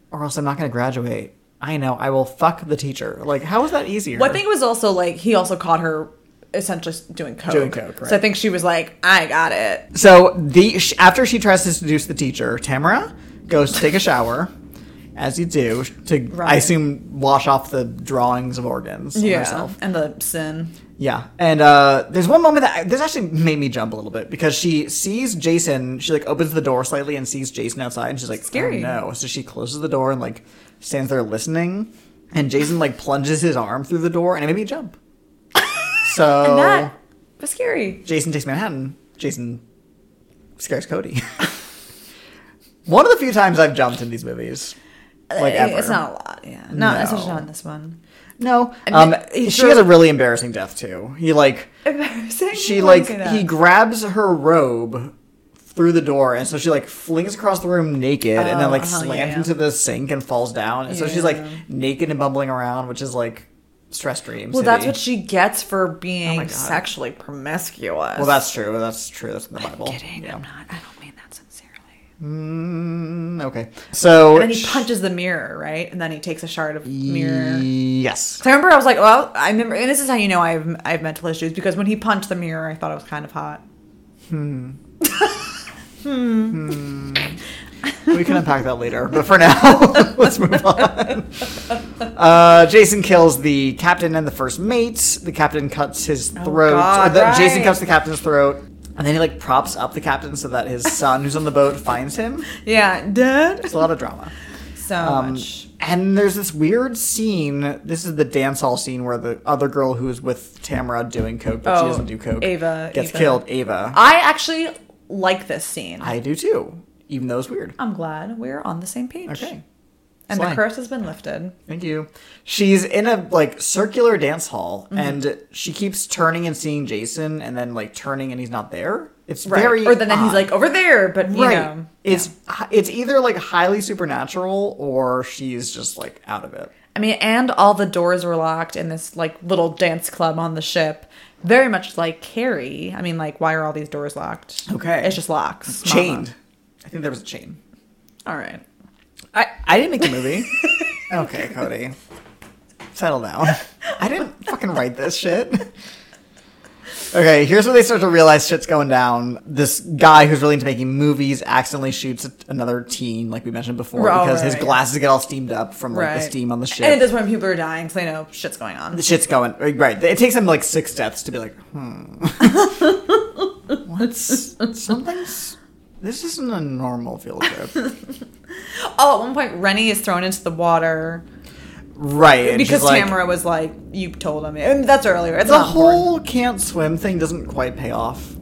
Speaker 1: or else I'm not going to graduate." I know I will fuck the teacher. Like, how is that easier?
Speaker 2: Well, I think it was also like he also caught her essentially doing coke.
Speaker 1: Doing coke, right.
Speaker 2: So I think she was like, I got it.
Speaker 1: So the sh- after she tries to seduce the teacher, Tamara goes to take a shower, as you do to I
Speaker 2: Right.
Speaker 1: assume wash off the drawings of organs. on
Speaker 2: Yeah.
Speaker 1: herself.
Speaker 2: And the sin.
Speaker 1: yeah. And uh, there's one moment that this actually made me jump a little bit because she sees Jason. She like opens the door slightly and sees Jason outside, and she's like,
Speaker 2: Scary.
Speaker 1: "Oh no!" So she closes the door and like stands there listening, and Jason like plunges his arm through the door, and it made me jump. So
Speaker 2: And that was scary.
Speaker 1: Jason takes Manhattan. Jason scares Cody. One of the few times I've jumped in these movies, like
Speaker 2: Uh,
Speaker 1: ever.
Speaker 2: It's not a lot, yeah. No,
Speaker 1: No.
Speaker 2: especially not in this one.
Speaker 1: No,
Speaker 2: I
Speaker 1: um,
Speaker 2: mean, he
Speaker 1: she
Speaker 2: threw-
Speaker 1: has a really embarrassing death too. He like
Speaker 2: Embarrassing.
Speaker 1: she
Speaker 2: Why
Speaker 1: like
Speaker 2: say that?
Speaker 1: he grabs her robe through the door, and so she like flings across the room naked, and then
Speaker 2: Oh,
Speaker 1: like
Speaker 2: uh-huh,
Speaker 1: slams
Speaker 2: yeah.
Speaker 1: into the sink and falls down, and so she's like
Speaker 2: Yeah.
Speaker 1: naked and bumbling around, which is like stress dreams.
Speaker 2: Well, that's what she gets for being
Speaker 1: Oh God.
Speaker 2: sexually promiscuous.
Speaker 1: well, that's true. That's true. That's in the Bible.
Speaker 2: kidding.
Speaker 1: Yeah.
Speaker 2: I'm not. I don't mean that sincerely.
Speaker 1: Mm, okay. So
Speaker 2: And then he punches the mirror, right? And then he takes a shard of mirror.
Speaker 1: Yes.
Speaker 2: So I remember I was like, well, I remember, and this is how you know I have I have mental issues because when he punched the mirror, I thought it was kind of hot.
Speaker 1: We can unpack that later, but for now, let's move on. Uh, Jason kills the captain and the first mate. The captain cuts his throat.
Speaker 2: Oh, God,
Speaker 1: or the- Jason
Speaker 2: right.
Speaker 1: cuts the captain's throat, and then he like props up the captain so that his son, who's on the boat, finds him.
Speaker 2: Yeah, dead.
Speaker 1: It's a lot of drama.
Speaker 2: So
Speaker 1: Um,
Speaker 2: much.
Speaker 1: and there's this weird scene. This is the dance hall scene where the other girl who's with Tamara doing coke, but she
Speaker 2: Oh,
Speaker 1: doesn't do coke,
Speaker 2: Ava,
Speaker 1: gets
Speaker 2: Ava.
Speaker 1: killed. Ava.
Speaker 2: I actually like this scene. I,
Speaker 1: I do too, even though it's weird.
Speaker 2: am glad we're on the same page.
Speaker 1: Okay.
Speaker 2: And
Speaker 1: Slime.
Speaker 2: the curse has been lifted.
Speaker 1: Thank you. She's in a like circular dance hall
Speaker 2: Mm-hmm.
Speaker 1: and she keeps turning and seeing Jason and then like turning and he's not there. It's
Speaker 2: Right.
Speaker 1: very
Speaker 2: or then, then he's
Speaker 1: odd.
Speaker 2: like over there, but you
Speaker 1: right.
Speaker 2: know.
Speaker 1: It's it's either like highly supernatural or she's just like out of it.
Speaker 2: I mean, and all the doors were locked in this like little dance club on the ship. Very much like Carrie. I mean, like, why are all these doors locked?
Speaker 1: Okay.
Speaker 2: It's just locks. Mama.
Speaker 1: Chained. Uh-huh. I think there was a chain.
Speaker 2: All right.
Speaker 1: I I didn't make the movie. okay, Cody. Settle down. I didn't fucking write this shit. Okay, here's where they start to realize shit's going down. This guy who's really into making movies accidentally shoots another teen, like we mentioned before,
Speaker 2: Right,
Speaker 1: because his
Speaker 2: right.
Speaker 1: glasses get all steamed up from like
Speaker 2: right.
Speaker 1: the steam on the ship.
Speaker 2: And at this point, people are dying, so they know shit's going on.
Speaker 1: the shit's going uh, right. It takes him like six deaths to be like, hmm, what's something's. This isn't a normal field trip,
Speaker 2: Oh, at one point, Rennie is thrown into the water
Speaker 1: right? and she's
Speaker 2: because
Speaker 1: like,
Speaker 2: Tamara was like, "You told him." And that's earlier. It's
Speaker 1: The
Speaker 2: not important.
Speaker 1: whole can't swim thing doesn't quite pay off.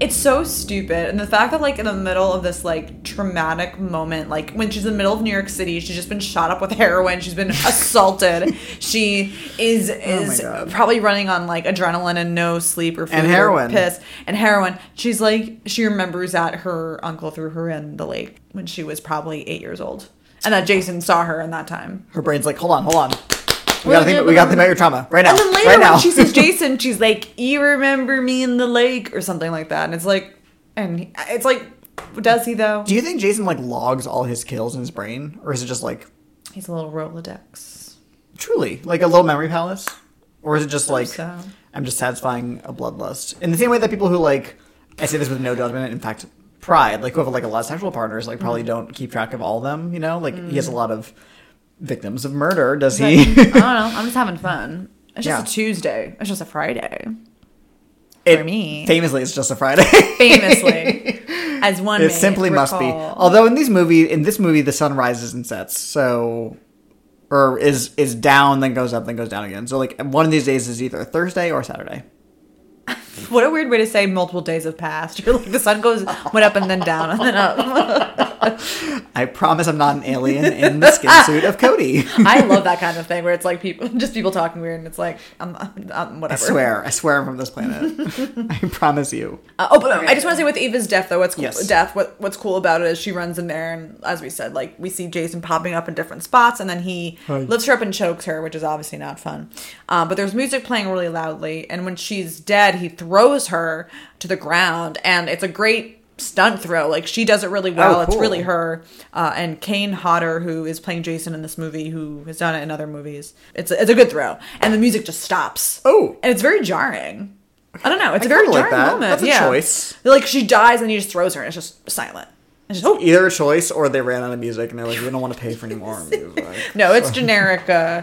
Speaker 2: It's so stupid. And the fact that, like, in the middle of this, like, traumatic moment, like, when she's in the middle of New York City, she's just been shot up with heroin, she's been assaulted, she is is
Speaker 1: Oh God.
Speaker 2: probably running on, like, adrenaline and no sleep or food
Speaker 1: And
Speaker 2: or
Speaker 1: heroin.
Speaker 2: piss, and heroin. She's like, she remembers that her uncle threw her in the lake when she was probably eight years old. And that Jason saw her in that time.
Speaker 1: Her brain's like, hold on, hold on. We gotta think, we
Speaker 2: Wait,
Speaker 1: gotta think about your trauma right now.
Speaker 2: And then later
Speaker 1: right now.
Speaker 2: when she sees Jason, she's like, "You remember me in the lake" or something like that, and it's like, and he- it's like, does he though?
Speaker 1: Do you think Jason like logs all his kills in his brain, or is it just like
Speaker 2: He's a little Rolodex.
Speaker 1: truly like a little memory palace, or is it just like
Speaker 2: so.
Speaker 1: I'm just satisfying a bloodlust in the same way that people who like I say this with no judgment, in fact, pride, like who have like a lot of sexual partners, like probably
Speaker 2: Mm-hmm.
Speaker 1: don't keep track of all of them. You know, like he
Speaker 2: Mm.
Speaker 1: has a lot of victims of murder. Does
Speaker 2: But, I
Speaker 1: he?
Speaker 2: don't know. I'm just having fun. It's just
Speaker 1: Yeah.
Speaker 2: a Tuesday. It's just a Friday.
Speaker 1: It-
Speaker 2: For me.
Speaker 1: famously, it's just a Friday.
Speaker 2: Famously, as one.
Speaker 1: It
Speaker 2: may
Speaker 1: simply must be.
Speaker 2: recall.
Speaker 1: Although in these movie, in this movie, the sun rises and sets, so or is is down, then goes up, then goes down again. So like one of these days is either Thursday or Saturday.
Speaker 2: What a weird way to say multiple days have passed. You're like the sun goes went up and then down and then up.
Speaker 1: I promise I'm not an alien in the skin suit of Cody.
Speaker 2: I love that kind of thing where it's like people, just people talking weird, and it's like, I'm, I'm, I'm
Speaker 1: I
Speaker 2: whatever.
Speaker 1: swear, I swear I'm from this planet. I promise you.
Speaker 2: Uh, oh, but I just want to say with Eva's death, though, what's cool,
Speaker 1: Yes.
Speaker 2: death, what, what's cool about it is she runs in there, and as we said, like we see Jason popping up in different spots, and then he
Speaker 1: Hi.
Speaker 2: lifts her up and chokes her, which is obviously not fun. Uh, but there's music playing really loudly, and when she's dead, he throws her to the ground, and it's a great stunt throw. Like she does it really well. It's
Speaker 1: Oh, cool.
Speaker 2: really her uh, and Kane Hodder, who is playing Jason in this movie, who has done it in other movies. It's a, it's a good throw, and the music just stops.
Speaker 1: Oh.
Speaker 2: and it's very jarring. I don't know. It's a
Speaker 1: I
Speaker 2: very
Speaker 1: kinda
Speaker 2: dark
Speaker 1: like that.
Speaker 2: moment.
Speaker 1: That's a
Speaker 2: yeah.
Speaker 1: choice.
Speaker 2: They're Like she dies and he just throws her, and it's just silent. It's just oh
Speaker 1: Either a choice or they ran out of music and they're like, we don't want to pay for any more music.
Speaker 2: no, it's generic. Uh,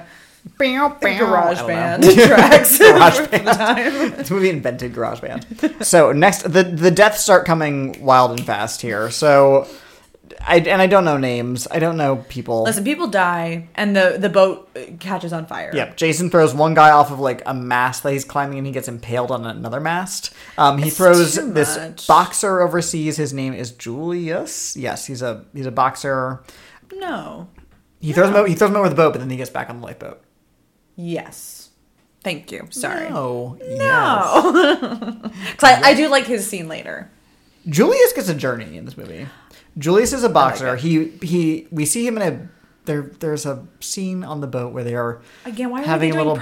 Speaker 2: garage
Speaker 1: know.
Speaker 2: band tracks.
Speaker 1: Garage
Speaker 2: band. Time.
Speaker 1: This movie invented GarageBand. so next, the the deaths start coming wild and fast here. So, I and I don't know names. I don't know people.
Speaker 2: Listen, people die, and the the boat catches on fire.
Speaker 1: Yep. Jason throws one guy off of like a mast that he's climbing, and he gets impaled on another mast. Um, he throws
Speaker 2: too
Speaker 1: this
Speaker 2: much.
Speaker 1: boxer overseas. His name is Julius. Yes, he's a he's a boxer.
Speaker 2: No.
Speaker 1: He throws him out, he throws him over the boat, but then he gets back on the lifeboat.
Speaker 2: Yes. Thank you. Sorry.
Speaker 1: No. Yes.
Speaker 2: No. Because I, I do like his scene later.
Speaker 1: Julius gets a journey in this movie. Julius is a boxer.
Speaker 2: it.
Speaker 1: He he. We see him in a there. There's a scene on the boat where they are
Speaker 2: Again, why are
Speaker 1: having a
Speaker 2: we doing
Speaker 1: little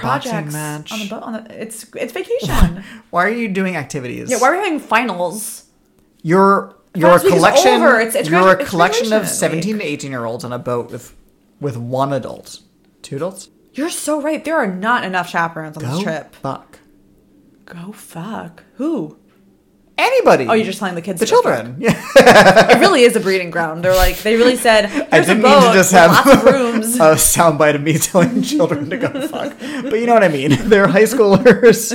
Speaker 1: boxing
Speaker 2: projects
Speaker 1: match.
Speaker 2: on the boat? On the, it's it's vacation.
Speaker 1: Why are you doing activities?
Speaker 2: yeah, why are we having finals?
Speaker 1: You're you're a
Speaker 2: Last week is
Speaker 1: collection.
Speaker 2: over. It's- it's
Speaker 1: you're
Speaker 2: gradu-
Speaker 1: a
Speaker 2: it's
Speaker 1: collection
Speaker 2: graduation
Speaker 1: of
Speaker 2: week.
Speaker 1: seventeen to eighteen year olds on a boat with with one adult, two adults.
Speaker 2: You're so right. There are not enough chaperones on
Speaker 1: Go
Speaker 2: this trip.
Speaker 1: fuck
Speaker 2: Go fuck. Who?
Speaker 1: anybody.
Speaker 2: Oh, you're just telling the kids.
Speaker 1: the
Speaker 2: to go
Speaker 1: children. Yeah,
Speaker 2: fuck. It really is a breeding ground. They're like they really said. Here's
Speaker 1: I didn't
Speaker 2: a boat
Speaker 1: mean to just
Speaker 2: with
Speaker 1: have Uh,
Speaker 2: lots of rooms.
Speaker 1: a soundbite of me telling children to go fuck, but you know what I mean. They're high schoolers.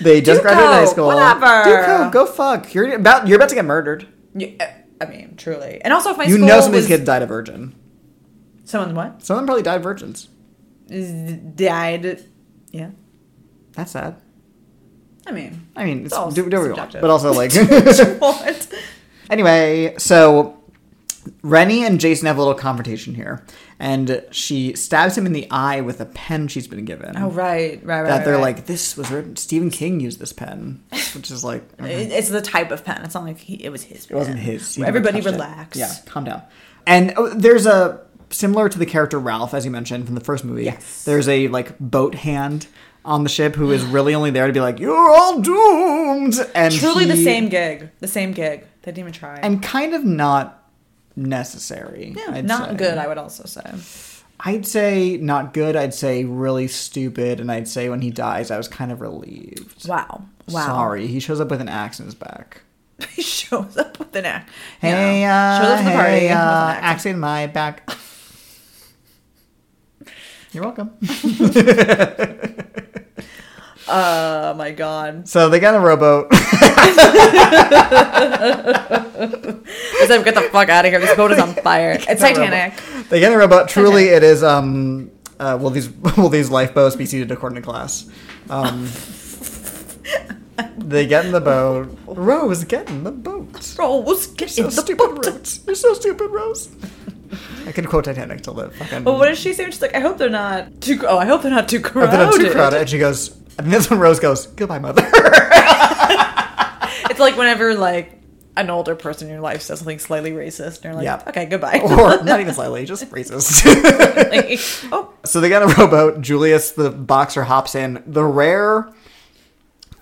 Speaker 1: They just
Speaker 2: Duco,
Speaker 1: graduated high school.
Speaker 2: whatever.
Speaker 1: Duco, go fuck. You're about you're about to get murdered.
Speaker 2: Yeah, eh, I mean, truly. And also, if my
Speaker 1: You
Speaker 2: school
Speaker 1: know somebody's
Speaker 2: was
Speaker 1: kid died a virgin.
Speaker 2: someone's what
Speaker 1: Some of them probably died virgins.
Speaker 2: Z- died, yeah.
Speaker 1: That's sad.
Speaker 2: I mean,
Speaker 1: I mean, it's,
Speaker 2: all
Speaker 1: do, do what we want,
Speaker 2: subjective.
Speaker 1: but also like.
Speaker 2: what?
Speaker 1: Anyway, so Rennie and Jason have a little confrontation here, and she stabs him in the eye with a pen she's been given.
Speaker 2: Oh right, right, right.
Speaker 1: that
Speaker 2: right,
Speaker 1: they're
Speaker 2: right.
Speaker 1: like, this was written. Stephen King used this pen, which is like okay.
Speaker 2: It- It's the type of pen. It's not like he, it was his.
Speaker 1: uh-huh. it wasn't his. He never
Speaker 2: Everybody
Speaker 1: touched it.
Speaker 2: relax.
Speaker 1: Yeah, calm down. And oh, there's a similar to the character Ralph, as you mentioned from the first movie.
Speaker 2: Yes.
Speaker 1: There's a like boat hand on the ship who is really only there to be like, you're all doomed. And
Speaker 2: Truly the
Speaker 1: he-
Speaker 2: same gig. The same gig. They didn't even try.
Speaker 1: and kind of not necessary.
Speaker 2: yeah,
Speaker 1: I'd
Speaker 2: not
Speaker 1: say.
Speaker 2: good. I would also say.
Speaker 1: I'd say not good. I'd say really stupid. And I'd say when he dies, I was kind of relieved.
Speaker 2: Wow. Wow.
Speaker 1: Sorry, he shows up with an axe in his back.
Speaker 2: he shows up with an axe.
Speaker 1: Hey,
Speaker 2: Yeah.
Speaker 1: uh,
Speaker 2: shows up to the
Speaker 1: hey, uh,
Speaker 2: party with an axe.
Speaker 1: axe in my back. You're welcome.
Speaker 2: Oh my god.
Speaker 1: So they got a rowboat.
Speaker 2: I said, get the fuck out of here. This boat is on fire. It's
Speaker 1: the
Speaker 2: Titanic.
Speaker 1: they get a rowboat. Truly, it is. Um, uh, will these will these lifeboats be seated according to class? Um, they get in the boat. Rose, get in the boat.
Speaker 2: Rose, get in
Speaker 1: You're
Speaker 2: the
Speaker 1: so stupid,
Speaker 2: boat.
Speaker 1: Rose. You're so stupid, Rose. I can quote Titanic till the fucking.
Speaker 2: But what does she say? She's like, I hope they're not too. Oh, I hope they're not too
Speaker 1: I
Speaker 2: crowded.
Speaker 1: put up too crowded, and she goes. And that's when Rose goes, "Goodbye, mother."
Speaker 2: It's like whenever like an older person in your life says something slightly racist, and you're like,
Speaker 1: Yeah.
Speaker 2: okay, goodbye.
Speaker 1: or not even slightly, just racist.
Speaker 2: Like, oh,
Speaker 1: so they got a rowboat. Julius, the boxer, hops in. The rare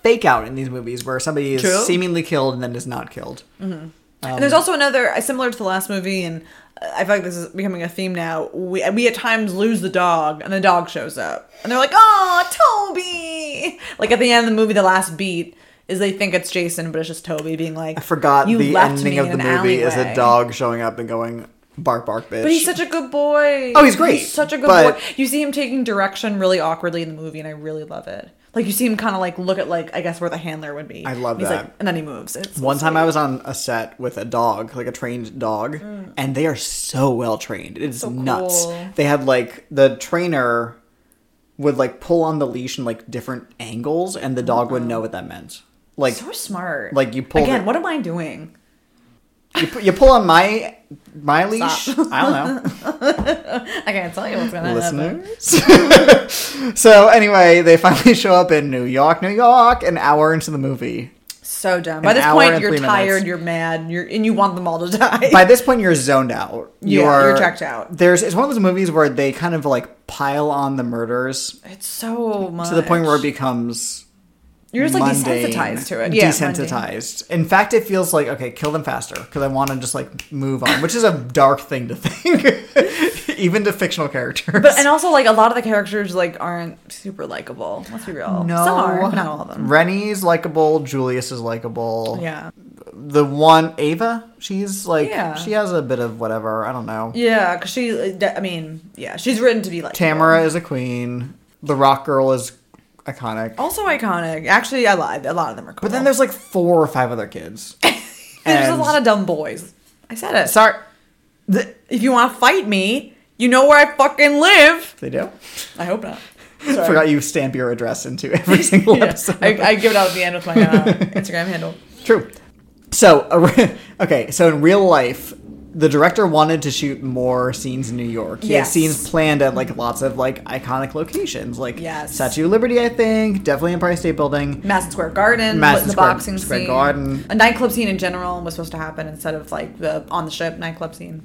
Speaker 1: fake out in these movies where somebody is
Speaker 2: True.
Speaker 1: seemingly killed and then is not killed. Um,
Speaker 2: and there's also another uh, similar to the last movie, and uh, I feel like this is becoming a theme now. We we at times lose the dog, and the dog shows up, and they're like, "Oh, Toby!" Like at the end of the movie, the last beat is they think it's Jason, but it's just Toby being like,
Speaker 1: I forgot
Speaker 2: "You
Speaker 1: the
Speaker 2: left
Speaker 1: ending
Speaker 2: me
Speaker 1: of
Speaker 2: in
Speaker 1: the movie
Speaker 2: an
Speaker 1: is a
Speaker 2: alleyway."
Speaker 1: dog showing up and going bark bark bitch.
Speaker 2: But he's such a good boy.
Speaker 1: Oh, he's great,
Speaker 2: such a good
Speaker 1: but-
Speaker 2: boy. You see him taking direction really awkwardly in the movie, and I really love it. Like you see him kind of like look at like I guess where the handler would be.
Speaker 1: I love
Speaker 2: And he's
Speaker 1: that.
Speaker 2: Like, and then he moves. It's
Speaker 1: One time I was on a set with a dog, like a trained dog, and they are so well trained. It's nuts.
Speaker 2: Mm. cool.
Speaker 1: They had like the trainer would like pull on the leash in like different angles and the dog would know what that meant. Like
Speaker 2: so smart.
Speaker 1: like, you pulled
Speaker 2: again.
Speaker 1: it-
Speaker 2: What am I doing?
Speaker 1: you, pu- you pull on my my leash, I
Speaker 2: I can't tell you what's
Speaker 1: don't know,
Speaker 2: gonna happen.
Speaker 1: listeners. so anyway, they finally show up in New York, New York, an hour into the movie.
Speaker 2: So dumb. By
Speaker 1: An
Speaker 2: this
Speaker 1: hour
Speaker 2: point,
Speaker 1: and
Speaker 2: you're
Speaker 1: three
Speaker 2: tired.
Speaker 1: minutes.
Speaker 2: You're mad. You're and you want them all to die.
Speaker 1: by this point you're zoned out. You
Speaker 2: Yeah,
Speaker 1: are,
Speaker 2: you're checked out.
Speaker 1: There's it's one of those movies where they kind of like pile on the murders
Speaker 2: it's so much
Speaker 1: to the point where it becomes
Speaker 2: you're just like
Speaker 1: mundane,
Speaker 2: desensitized to it. Yeah, mundane.
Speaker 1: desensitized. In fact, it feels like okay, kill them faster because I want to just like move on, which is a dark thing to think. even to fictional characters.
Speaker 2: But and also like a lot of the characters like aren't super likable. Let's be real.
Speaker 1: no,
Speaker 2: Some are, but not all of them.
Speaker 1: Rennie's likable. Julius is likable.
Speaker 2: Yeah.
Speaker 1: The one Ava, she's like
Speaker 2: Yeah.
Speaker 1: she has a bit of whatever. I don't know.
Speaker 2: Yeah, because she, uh, I mean, yeah, she's written to be like
Speaker 1: Tamara is a queen. The Rock Girl is iconic.
Speaker 2: Also iconic. Actually, I lied. A lot of them are cool.
Speaker 1: But then there's like four or five other kids.
Speaker 2: there's a
Speaker 1: and-
Speaker 2: lot of dumb boys. I said it.
Speaker 1: Sorry,
Speaker 2: if you want to fight me, you know where I fucking live.
Speaker 1: they do.
Speaker 2: I hope not.
Speaker 1: Forgot you stamp your address into every single
Speaker 2: Yeah.
Speaker 1: episode.
Speaker 2: I, I give it out at the end with my uh, Instagram handle.
Speaker 1: True. So, a- okay, so in real life, the director wanted to shoot more scenes in New York. He
Speaker 2: Yes.
Speaker 1: had scenes planned at like lots of like iconic locations, like
Speaker 2: Yes.
Speaker 1: Statue of Liberty, I think, definitely Empire State Building.
Speaker 2: Madison Square Garden,
Speaker 1: Madison
Speaker 2: the
Speaker 1: Square-
Speaker 2: boxing
Speaker 1: Square
Speaker 2: scene,
Speaker 1: Garden.
Speaker 2: a nightclub scene in general was supposed to happen instead of like the on the ship nightclub scene.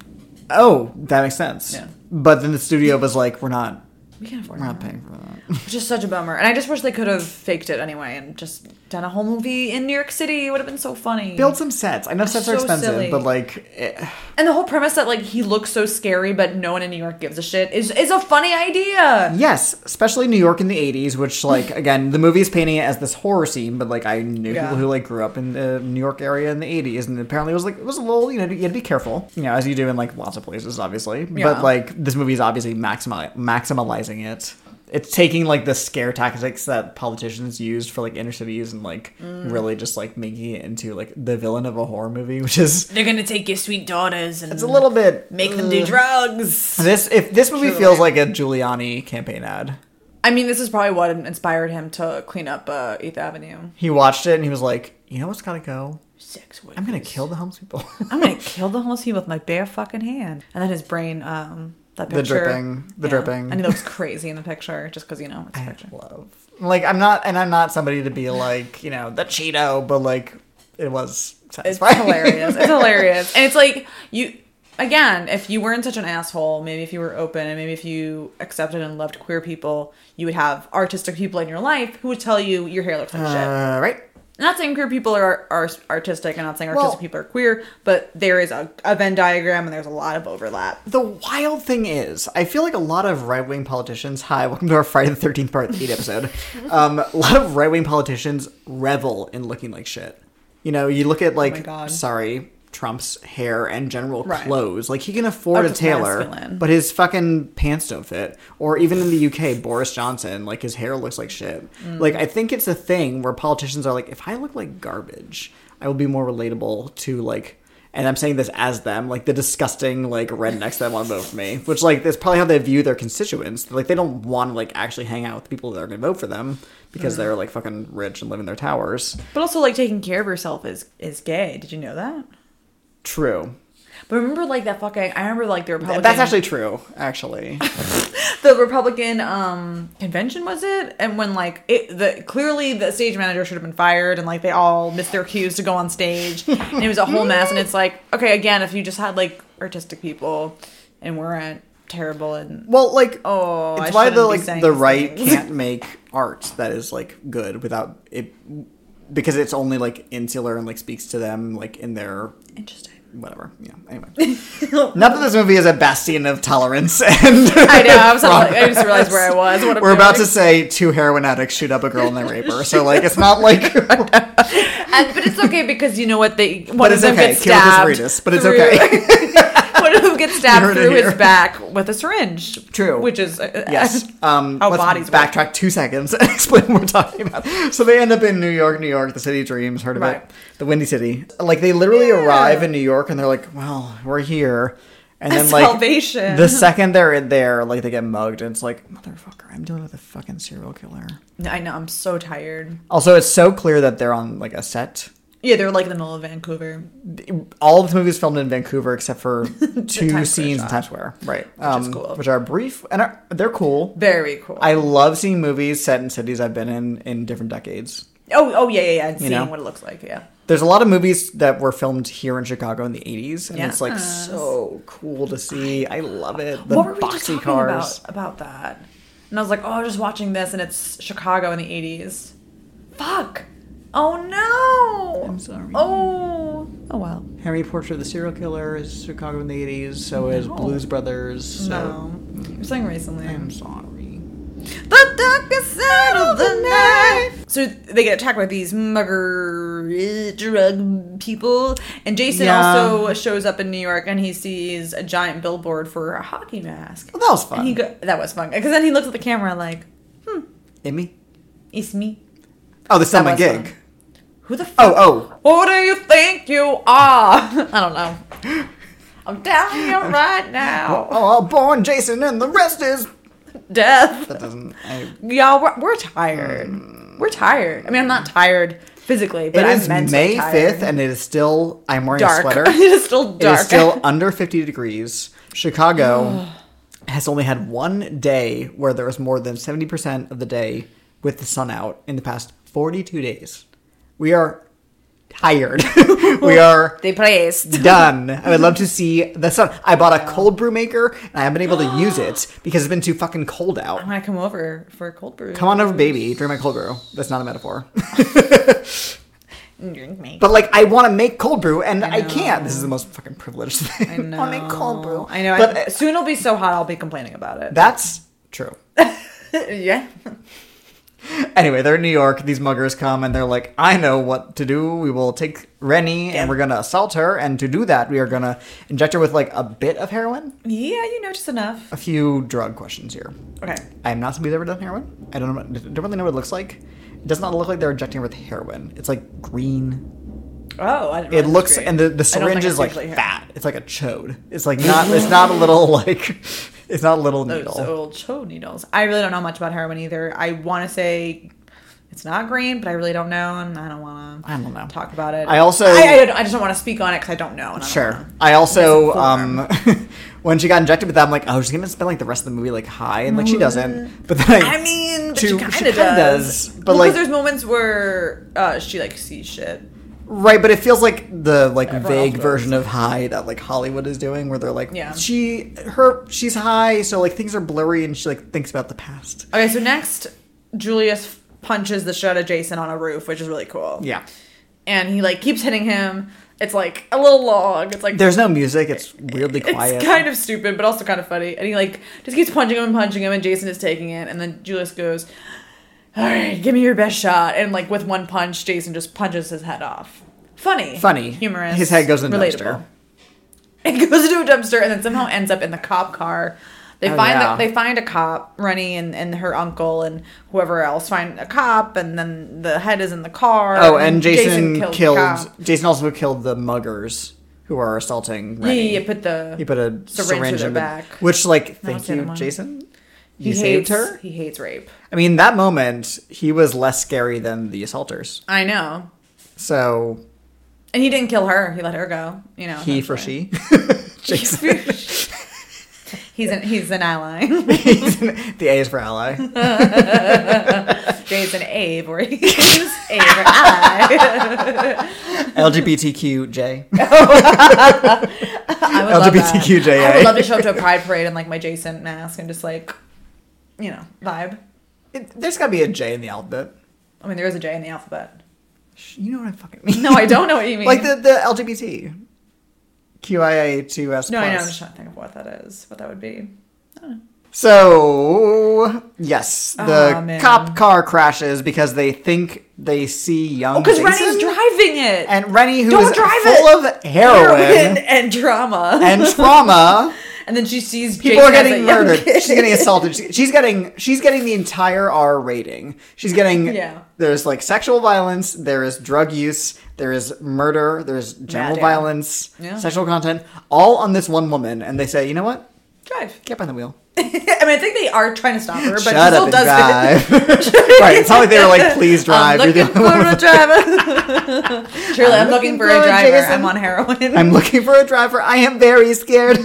Speaker 1: Oh, that makes sense.
Speaker 2: Yeah.
Speaker 1: But then the studio was like, "We're not,
Speaker 2: We can't afford
Speaker 1: we're not
Speaker 2: that.
Speaker 1: paying for that."
Speaker 2: Which is such a bummer, and I just wish they could have faked it anyway and just done a whole movie in New York City. It would have been so funny.
Speaker 1: Build some sets. I know sets are
Speaker 2: so
Speaker 1: expensive,
Speaker 2: silly.
Speaker 1: but like, eh,
Speaker 2: And the whole premise that like he looks so scary, but no one in New York gives a shit is is a funny idea.
Speaker 1: yes, especially New York in the '80s, which like again, the movie's painting it as this horror scene, but like I knew
Speaker 2: Yeah.
Speaker 1: people who like grew up in the New York area in the '80s, and apparently it was like it was a little, you know, you had to be careful, you know, as you do in like lots of places, obviously.
Speaker 2: Yeah.
Speaker 1: But like this movie is obviously maximi- maximalizing it. It's taking like the scare tactics that politicians used for like inner cities and like
Speaker 2: Mm.
Speaker 1: really just like making it into like the villain of a horror movie, which is
Speaker 2: They're gonna take your sweet daughters and
Speaker 1: it's a little bit ugh.
Speaker 2: drugs.
Speaker 1: This if this movie
Speaker 2: Truly.
Speaker 1: feels like a Giuliani campaign ad.
Speaker 2: I mean, this is probably what inspired him to clean up uh, Eighth Avenue.
Speaker 1: He watched it and he was like, "You know what's gotta go?
Speaker 2: Six
Speaker 1: I'm gonna kill the homeless people."
Speaker 2: I'm gonna kill the homeless people with my bare fucking hand. And then his brain, um, that
Speaker 1: The
Speaker 2: picture,
Speaker 1: dripping- the dripping.
Speaker 2: and he looks crazy in the picture just because you know it's a
Speaker 1: I
Speaker 2: picture.
Speaker 1: love. Like I'm not, and I'm not somebody to be like, you know, the Cheeto, but like, it was
Speaker 2: It's
Speaker 1: satisfying.
Speaker 2: hilarious. It's hilarious. And it's like you again, if you weren't such an asshole, maybe if you were open and maybe if you accepted and loved queer people, you would have artistic people in your life who would tell you your hair looks like shit.
Speaker 1: Uh, right?
Speaker 2: I'm not saying queer people are are artistic. I'm not saying artistic
Speaker 1: Well-
Speaker 2: people are queer, but there is a, a Venn diagram and there's a lot of overlap.
Speaker 1: The wild thing is, I feel like a lot of right wing politicians. Hi, welcome to our Friday the Thirteenth Part Eight episode. Um, a lot of right wing politicians revel in looking like shit. You know, you look at like,
Speaker 2: Oh God.
Speaker 1: sorry, Trump's hair and general
Speaker 2: Right.
Speaker 1: clothes. Like he can afford
Speaker 2: Oh,
Speaker 1: a
Speaker 2: just
Speaker 1: tailor,
Speaker 2: masculine.
Speaker 1: but his fucking pants don't fit. Or even in the UK, Boris Johnson, like his hair looks like shit. Like I think it's a thing where politicians are like, if I look like garbage, I will be more relatable to like. And I'm saying this as them, like the disgusting like rednecks that want to vote for me, which like that's probably how they view their constituents. Like they don't want to like actually hang out with the people that are going to vote for them because they're like fucking rich and live in their towers.
Speaker 2: But also like taking care of yourself is is gay. Did you know that?
Speaker 1: True.
Speaker 2: But remember like that fucking I remember like the Republican
Speaker 1: That's actually true. Actually,
Speaker 2: the Republican um convention was it? And when like it the clearly the stage manager should have been fired and like they all missed their cues to go on stage and it was a whole mess and it's like okay again if you just had like artistic people and weren't terrible and
Speaker 1: well, like
Speaker 2: oh I
Speaker 1: it's why
Speaker 2: shouldn't
Speaker 1: the
Speaker 2: be
Speaker 1: like
Speaker 2: saying
Speaker 1: the
Speaker 2: these
Speaker 1: right
Speaker 2: things.
Speaker 1: can't make art that is like good without it because it's only like insular and like speaks to them like in their
Speaker 2: interesting
Speaker 1: whatever. Yeah. Anyway, not that this movie is a bastion of tolerance, and
Speaker 2: I know I was like, I just realized where I was what a
Speaker 1: we're about to
Speaker 2: prick.
Speaker 1: say two heroin addicts shoot up a girl and then rape her. So like, it's not like
Speaker 2: And- but it's okay because you know what they one
Speaker 1: but
Speaker 2: of
Speaker 1: it's
Speaker 2: them
Speaker 1: okay.
Speaker 2: gets
Speaker 1: Kill
Speaker 2: stabbed
Speaker 1: this readus, but it's
Speaker 2: through-
Speaker 1: okay.
Speaker 2: one of them gets
Speaker 1: You
Speaker 2: stabbed
Speaker 1: heard it
Speaker 2: through his
Speaker 1: here.
Speaker 2: back with a syringe
Speaker 1: True.
Speaker 2: which is uh,
Speaker 1: Yes. Um,
Speaker 2: How
Speaker 1: let's
Speaker 2: bodies work.
Speaker 1: backtrack two seconds and explain what we're talking about. So they end up in New York, New York, the city of dreams. Heard of
Speaker 2: Right.
Speaker 1: it? The Windy City. Like they literally
Speaker 2: Yeah.
Speaker 1: arrive in New York and they're like, "Well, we're here." And then like
Speaker 2: salvation
Speaker 1: the second they're in there, like they get mugged, and it's like, "Motherfucker, I'm dealing with a fucking serial killer."
Speaker 2: I know. I'm so tired.
Speaker 1: Also, it's so clear that they're on like a set.
Speaker 2: Yeah, they're like in the middle of Vancouver.
Speaker 1: All of the movies filmed in Vancouver except for two
Speaker 2: Times Square
Speaker 1: scenes in
Speaker 2: shot.
Speaker 1: Times Square, right? Which,
Speaker 2: is cool.
Speaker 1: which are brief and are, they're cool.
Speaker 2: Very cool.
Speaker 1: I love seeing movies set in cities I've been in in different decades.
Speaker 2: oh, oh yeah, yeah, yeah. And seeing
Speaker 1: know?
Speaker 2: what it looks like. Yeah.
Speaker 1: There's a lot of movies that were filmed here in Chicago in the 80s, and it's like
Speaker 2: Yes.
Speaker 1: so cool to see. I love it. The
Speaker 2: what were we just
Speaker 1: boxy
Speaker 2: talking
Speaker 1: cars.
Speaker 2: about about that? And I was like, oh, just watching this, and it's Chicago in the '80s. Fuck. Oh no.
Speaker 1: I'm sorry.
Speaker 2: Oh. Oh wow.
Speaker 1: Henry Portrait of the Serial Killer is Chicago in the 80s, so is
Speaker 2: No.
Speaker 1: Blues Brothers. So
Speaker 2: No, you're saying recently.
Speaker 1: I'm sorry.
Speaker 2: The darkest side of the night. So they get attacked by these mugger eh, drug people, and Jason
Speaker 1: Yeah.
Speaker 2: also shows up in New York and he sees a giant billboard for a hockey mask.
Speaker 1: Well, that was
Speaker 2: And he
Speaker 1: fun.
Speaker 2: go- that was fun because then he looks at the camera like, "Hmm,
Speaker 1: Emmy?
Speaker 2: "It's me.
Speaker 1: Oh, this is not
Speaker 2: That
Speaker 1: my
Speaker 2: was
Speaker 1: gig.
Speaker 2: fun. Who the fuck?
Speaker 1: Oh,
Speaker 2: Who do you think you are?" I don't know. I'm telling you right
Speaker 1: oh.
Speaker 2: now,
Speaker 1: Oh, born Jason and the rest is.
Speaker 2: death.
Speaker 1: That doesn't. I,
Speaker 2: Y'all, we're, we're tired. We're tired. I mean, I'm not tired physically, but
Speaker 1: Hmm. it
Speaker 2: I'm
Speaker 1: is
Speaker 2: mentally
Speaker 1: May
Speaker 2: tired.
Speaker 1: 5th, and it is still. I'm wearing
Speaker 2: dark.
Speaker 1: a sweater.
Speaker 2: it is still
Speaker 1: It
Speaker 2: dark.
Speaker 1: is still under 50 degrees. Chicago has only had one day where there was more than 70% of the day with the sun out in the past 42 days. We are tired. we are
Speaker 2: depressed.
Speaker 1: done. I would love to see the sun. I bought a cold brew maker and I haven't been able to use it because it's been too fucking cold out.
Speaker 2: I'm gonna come over for a cold brew.
Speaker 1: Come on over, baby. Drink my cold brew. That's not a metaphor.
Speaker 2: Drink me.
Speaker 1: But like, I want to make cold brew, and I,
Speaker 2: know.
Speaker 1: can't. This is the most fucking privileged thing.
Speaker 2: I know.
Speaker 1: want to make cold brew.
Speaker 2: I know.
Speaker 1: But uh,
Speaker 2: I- soon it'll be so hot, I'll be complaining about it.
Speaker 1: that's true.
Speaker 2: yeah.
Speaker 1: Anyway, they're in New York. These muggers come, and they're like, "I know what to do. We will take Rennie, and we're gonna assault her. And to do that, we are gonna inject her with like a bit of heroin.
Speaker 2: Yeah, you know just enough.
Speaker 1: A few drug questions here.
Speaker 2: Okay.
Speaker 1: I am not somebody who's ever done heroin. I don't know, don't really know what it looks like. It does not look like they're injecting her with heroin. It's like green.
Speaker 2: Oh, I didn't
Speaker 1: It
Speaker 2: realize
Speaker 1: looks
Speaker 2: green.
Speaker 1: and the,
Speaker 2: I
Speaker 1: the
Speaker 2: don't think
Speaker 1: syringe
Speaker 2: it's
Speaker 1: is like
Speaker 2: usually-
Speaker 1: fat. It's like a chode. It's like not. it's not a little like. It's not a little
Speaker 2: Those
Speaker 1: needle.
Speaker 2: old cho needles. I really don't know much about heroin either. I want to say it's not green, but I really don't know, and I don't want to.
Speaker 1: I don't know.
Speaker 2: talk about it.
Speaker 1: I also-
Speaker 2: I, I, don't- I just don't want to speak on it because I don't know. and I don't
Speaker 1: Sure.
Speaker 2: wanna-
Speaker 1: I also
Speaker 2: Misinformed.
Speaker 1: um when she got injected with that, I'm like, oh, she's gonna spend like the rest of the movie like high, and like she doesn't. But then I,
Speaker 2: Mm. I mean, but
Speaker 1: to-
Speaker 2: she
Speaker 1: she
Speaker 2: kind
Speaker 1: kinda
Speaker 2: of does.
Speaker 1: does, but,
Speaker 2: But
Speaker 1: like-
Speaker 2: there's moments where uh, she like sees shit.
Speaker 1: right, but it feels like the like
Speaker 2: Everyone
Speaker 1: vague
Speaker 2: else does.
Speaker 1: version of high that like Hollywood is doing, where they're like,
Speaker 2: Yeah.
Speaker 1: she her she's high, so like things are blurry, and she like thinks about the past.
Speaker 2: Okay, so next, Julius punches the shit out of Jason on a roof, which is really cool.
Speaker 1: Yeah.
Speaker 2: and he like keeps hitting him. It's like a little long. It's like
Speaker 1: There's no music. It's weirdly quiet.
Speaker 2: It's kind of stupid, but also kind of funny. And he like just keeps punching him and punching him, and Jason is taking it. And then Julius goes, "All right, give me your best shot." And like with one punch, Jason just punches his head off. Funny,
Speaker 1: Funny.
Speaker 2: humorous.
Speaker 1: His head goes in a dumpster.
Speaker 2: It goes into a dumpster, and then somehow ends up in the cop car. They
Speaker 1: Oh,
Speaker 2: find
Speaker 1: yeah.
Speaker 2: the, they find a cop, Rennie and, and her uncle and whoever else find a cop, and then the head is in the car.
Speaker 1: oh, and Jason,
Speaker 2: the
Speaker 1: killed.
Speaker 2: cop.
Speaker 1: Jason also killed the muggers who are assaulting.
Speaker 2: Yeah,
Speaker 1: Rennie.
Speaker 2: yeah, yeah, put the
Speaker 1: He put a syringe,
Speaker 2: to
Speaker 1: in
Speaker 2: their
Speaker 1: the
Speaker 2: back.
Speaker 1: Which, like, thank
Speaker 2: Santa
Speaker 1: you,
Speaker 2: Monica.
Speaker 1: Jason.
Speaker 2: he
Speaker 1: You saved
Speaker 2: hates-
Speaker 1: her.
Speaker 2: He hates rape.
Speaker 1: I mean, that moment, he was less scary than the assaulters.
Speaker 2: I know.
Speaker 1: So
Speaker 2: And he didn't kill her. He let her go. You know.
Speaker 1: he for
Speaker 2: eventually.
Speaker 1: she. Jason.
Speaker 2: he's an he's an ally.
Speaker 1: He's an- the A is for ally.
Speaker 2: Jay's an Abe, or he's Abe or ally.
Speaker 1: LGBTQJ.
Speaker 2: I would love that.
Speaker 1: LGBTQJA.
Speaker 2: I would love to show up to a pride parade in like my Jason mask and just like, you know, vibe.
Speaker 1: It- There's got to be a J in the alphabet.
Speaker 2: I mean, there is a J in the alphabet.
Speaker 1: Sh- You know what I fucking mean.
Speaker 2: No, I don't know what you mean.
Speaker 1: Like the, the LGBT. QIA2S.
Speaker 2: No, I know. I'm just trying to think of what that is. What that would be.
Speaker 1: So, yes, the
Speaker 2: Aw, man.
Speaker 1: cop car crashes because they think they see young
Speaker 2: Oh, because
Speaker 1: Jason.
Speaker 2: Rennie's driving it.
Speaker 1: and Rennie, who
Speaker 2: Don't
Speaker 1: is
Speaker 2: drive
Speaker 1: full of
Speaker 2: Heroin
Speaker 1: heroin
Speaker 2: and drama.
Speaker 1: and trauma,
Speaker 2: And then she sees
Speaker 1: people
Speaker 2: Jason
Speaker 1: are getting
Speaker 2: as a young
Speaker 1: murdered.
Speaker 2: kid.
Speaker 1: She's getting assaulted. She- She's getting she's getting the entire R rating. She's getting
Speaker 2: Yeah.
Speaker 1: There's like sexual violence. There is drug use. There is murder. There's general
Speaker 2: Goddamn.
Speaker 1: violence.
Speaker 2: Yeah.
Speaker 1: Sexual content. All on this one woman, and they say, you know what?
Speaker 2: drive.
Speaker 1: Get behind the wheel.
Speaker 2: I mean, I think they are trying to stop her, but she
Speaker 1: Shut up
Speaker 2: still
Speaker 1: and
Speaker 2: does it.
Speaker 1: drive. right. It's not like they were like, please drive.
Speaker 2: I'm
Speaker 1: You're the
Speaker 2: looking
Speaker 1: only one
Speaker 2: for a driver. Truly, I'm,
Speaker 1: looking
Speaker 2: looking for
Speaker 1: for
Speaker 2: a
Speaker 1: a
Speaker 2: driver.
Speaker 1: Jason.
Speaker 2: I'm on heroin.
Speaker 1: I'm looking for a driver. I am very scared.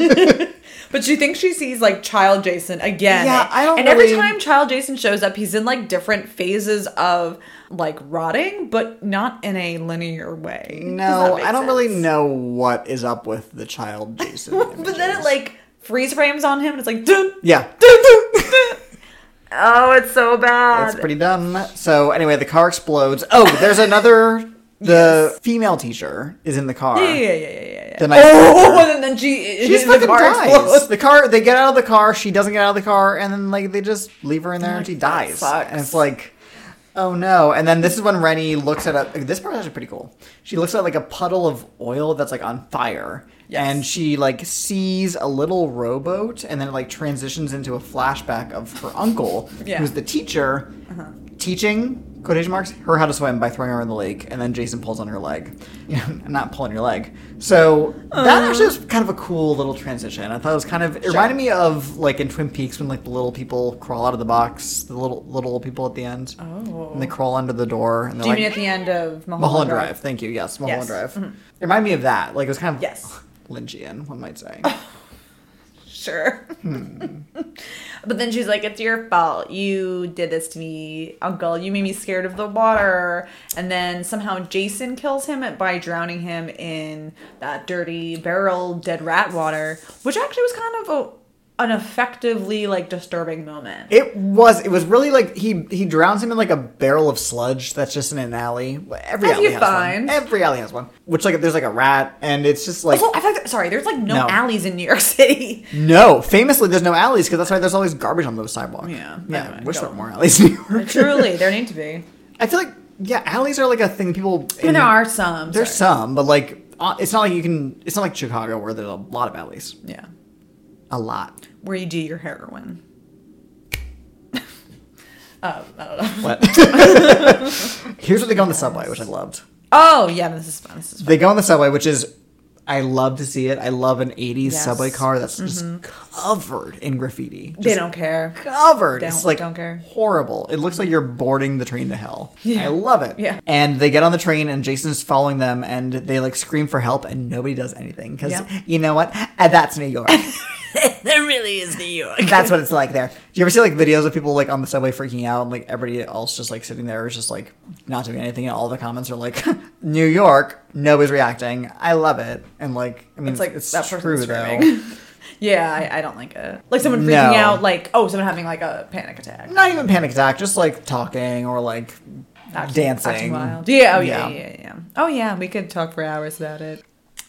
Speaker 2: but you think she sees like child Jason again?
Speaker 1: Yeah, I don't
Speaker 2: And
Speaker 1: really-
Speaker 2: every time child Jason shows up, he's in like different phases of like rotting, but not in a linear way. Does that
Speaker 1: No,
Speaker 2: make
Speaker 1: I don't really
Speaker 2: sense?
Speaker 1: know what is up with the child Jason.
Speaker 2: But then it
Speaker 1: images.
Speaker 2: like freeze frames on him, and it's like, dun,
Speaker 1: yeah,
Speaker 2: dun, dun, dun. oh, it's so bad.
Speaker 1: it's pretty dumb. So anyway, the car explodes. Oh, there's another The female teacher is in the car.
Speaker 2: Yeah, yeah, yeah, yeah, yeah. yeah.
Speaker 1: The night
Speaker 2: oh, and then she
Speaker 1: She's
Speaker 2: the
Speaker 1: fucking dies. The car. They get out of the car. She doesn't get out of the car, and then like they just leave her in there, and
Speaker 2: Oh
Speaker 1: she dies.
Speaker 2: sucks.
Speaker 1: And it's like, oh no. And then this is when Rennie looks at a. This part is actually pretty cool. She looks at like a puddle of oil that's like on fire,
Speaker 2: Yes.
Speaker 1: and she like sees a little rowboat, and then it like transitions into a flashback of her uncle,
Speaker 2: Yeah.
Speaker 1: who's the teacher, teaching. Quotation marks her how to swim by throwing her in the lake, and then Jason pulls on her leg, not pulling your leg. So that actually was kind of a cool little transition. I thought it was kind of it reminded me of like in Twin Peaks when like the little people crawl out of the box, the little little people at the end,
Speaker 2: Oh.
Speaker 1: and they crawl under the door and they're
Speaker 2: Do you
Speaker 1: like
Speaker 2: mean at the end of Mulholland,
Speaker 1: Mulholland Drive. Thank you. Yes, Mulholland
Speaker 2: Yes. Mm-hmm.
Speaker 1: Drive. It reminded me of that. Like it was kind of
Speaker 2: Yes.
Speaker 1: Lynchian, one might say.
Speaker 2: Sure. Hmm. but then she's like, "It's your fault. You did this to me, Uncle. You made me scared of the water." And then somehow Jason kills him by drowning him in that dirty barrel dead rat water, which actually was kind of a, an effectively like disturbing moment.
Speaker 1: It was. It was really like he he drowns him in like a barrel of sludge that's just in an alley. Every
Speaker 2: As
Speaker 1: alley
Speaker 2: you
Speaker 1: has
Speaker 2: find.
Speaker 1: one. Every alley has one. Which like there's like a rat, and it's just like
Speaker 2: also, I fact, sorry, there's like no,
Speaker 1: No.
Speaker 2: alleys in New York City.
Speaker 1: No, famously, there's no alleys because that's why there's always garbage on the sidewalk.
Speaker 2: Yeah,
Speaker 1: yeah.
Speaker 2: anyway,
Speaker 1: I wish
Speaker 2: go
Speaker 1: there were
Speaker 2: on.
Speaker 1: more alleys in New York.
Speaker 2: Truly, there need to be.
Speaker 1: I feel like yeah, alleys are like a thing people.
Speaker 2: And there are some.
Speaker 1: There's
Speaker 2: sorry.
Speaker 1: some, but like uh, it's not like you can. It's not like Chicago where there's a lot of alleys.
Speaker 2: Yeah.
Speaker 1: A lot.
Speaker 2: Where you do your heroin. um, I don't know.
Speaker 1: What? Here's what they go on the subway, which I loved.
Speaker 2: Oh yeah, this is fun. This is fun.
Speaker 1: They go on the subway, which is. I love to see it. I love an 80s
Speaker 2: Yes. Mm-hmm.
Speaker 1: subway car that's just covered in graffiti.
Speaker 2: They don't care.
Speaker 1: covered.
Speaker 2: Don't-
Speaker 1: it's like
Speaker 2: don't care.
Speaker 1: horrible. It looks like you're boarding the train to hell.
Speaker 2: Yeah.
Speaker 1: I love it.
Speaker 2: Yeah.
Speaker 1: And they get on the train and Jason's following them and they like scream for help and nobody does anything because
Speaker 2: Yeah.
Speaker 1: you know what? Uh, that's New York.
Speaker 2: there really is New York.
Speaker 1: that's what it's like there. Do you ever see like videos of people like on the subway freaking out and like everybody else just like sitting there is just like not doing anything and all the comments are like New York. Nobody's reacting. I love it. And like I mean,
Speaker 2: It's like
Speaker 1: it's
Speaker 2: that person's
Speaker 1: true
Speaker 2: screaming.
Speaker 1: though.
Speaker 2: Yeah, I, I don't like it. Like someone freaking
Speaker 1: No.
Speaker 2: out. Like oh, someone having like a panic attack.
Speaker 1: Not even panic attack. Just like talking or like
Speaker 2: Act-
Speaker 1: dancing.
Speaker 2: acting wild. Yeah. Oh
Speaker 1: Yeah.
Speaker 2: yeah. Yeah. Yeah. yeah. Oh yeah. We could talk for hours about it.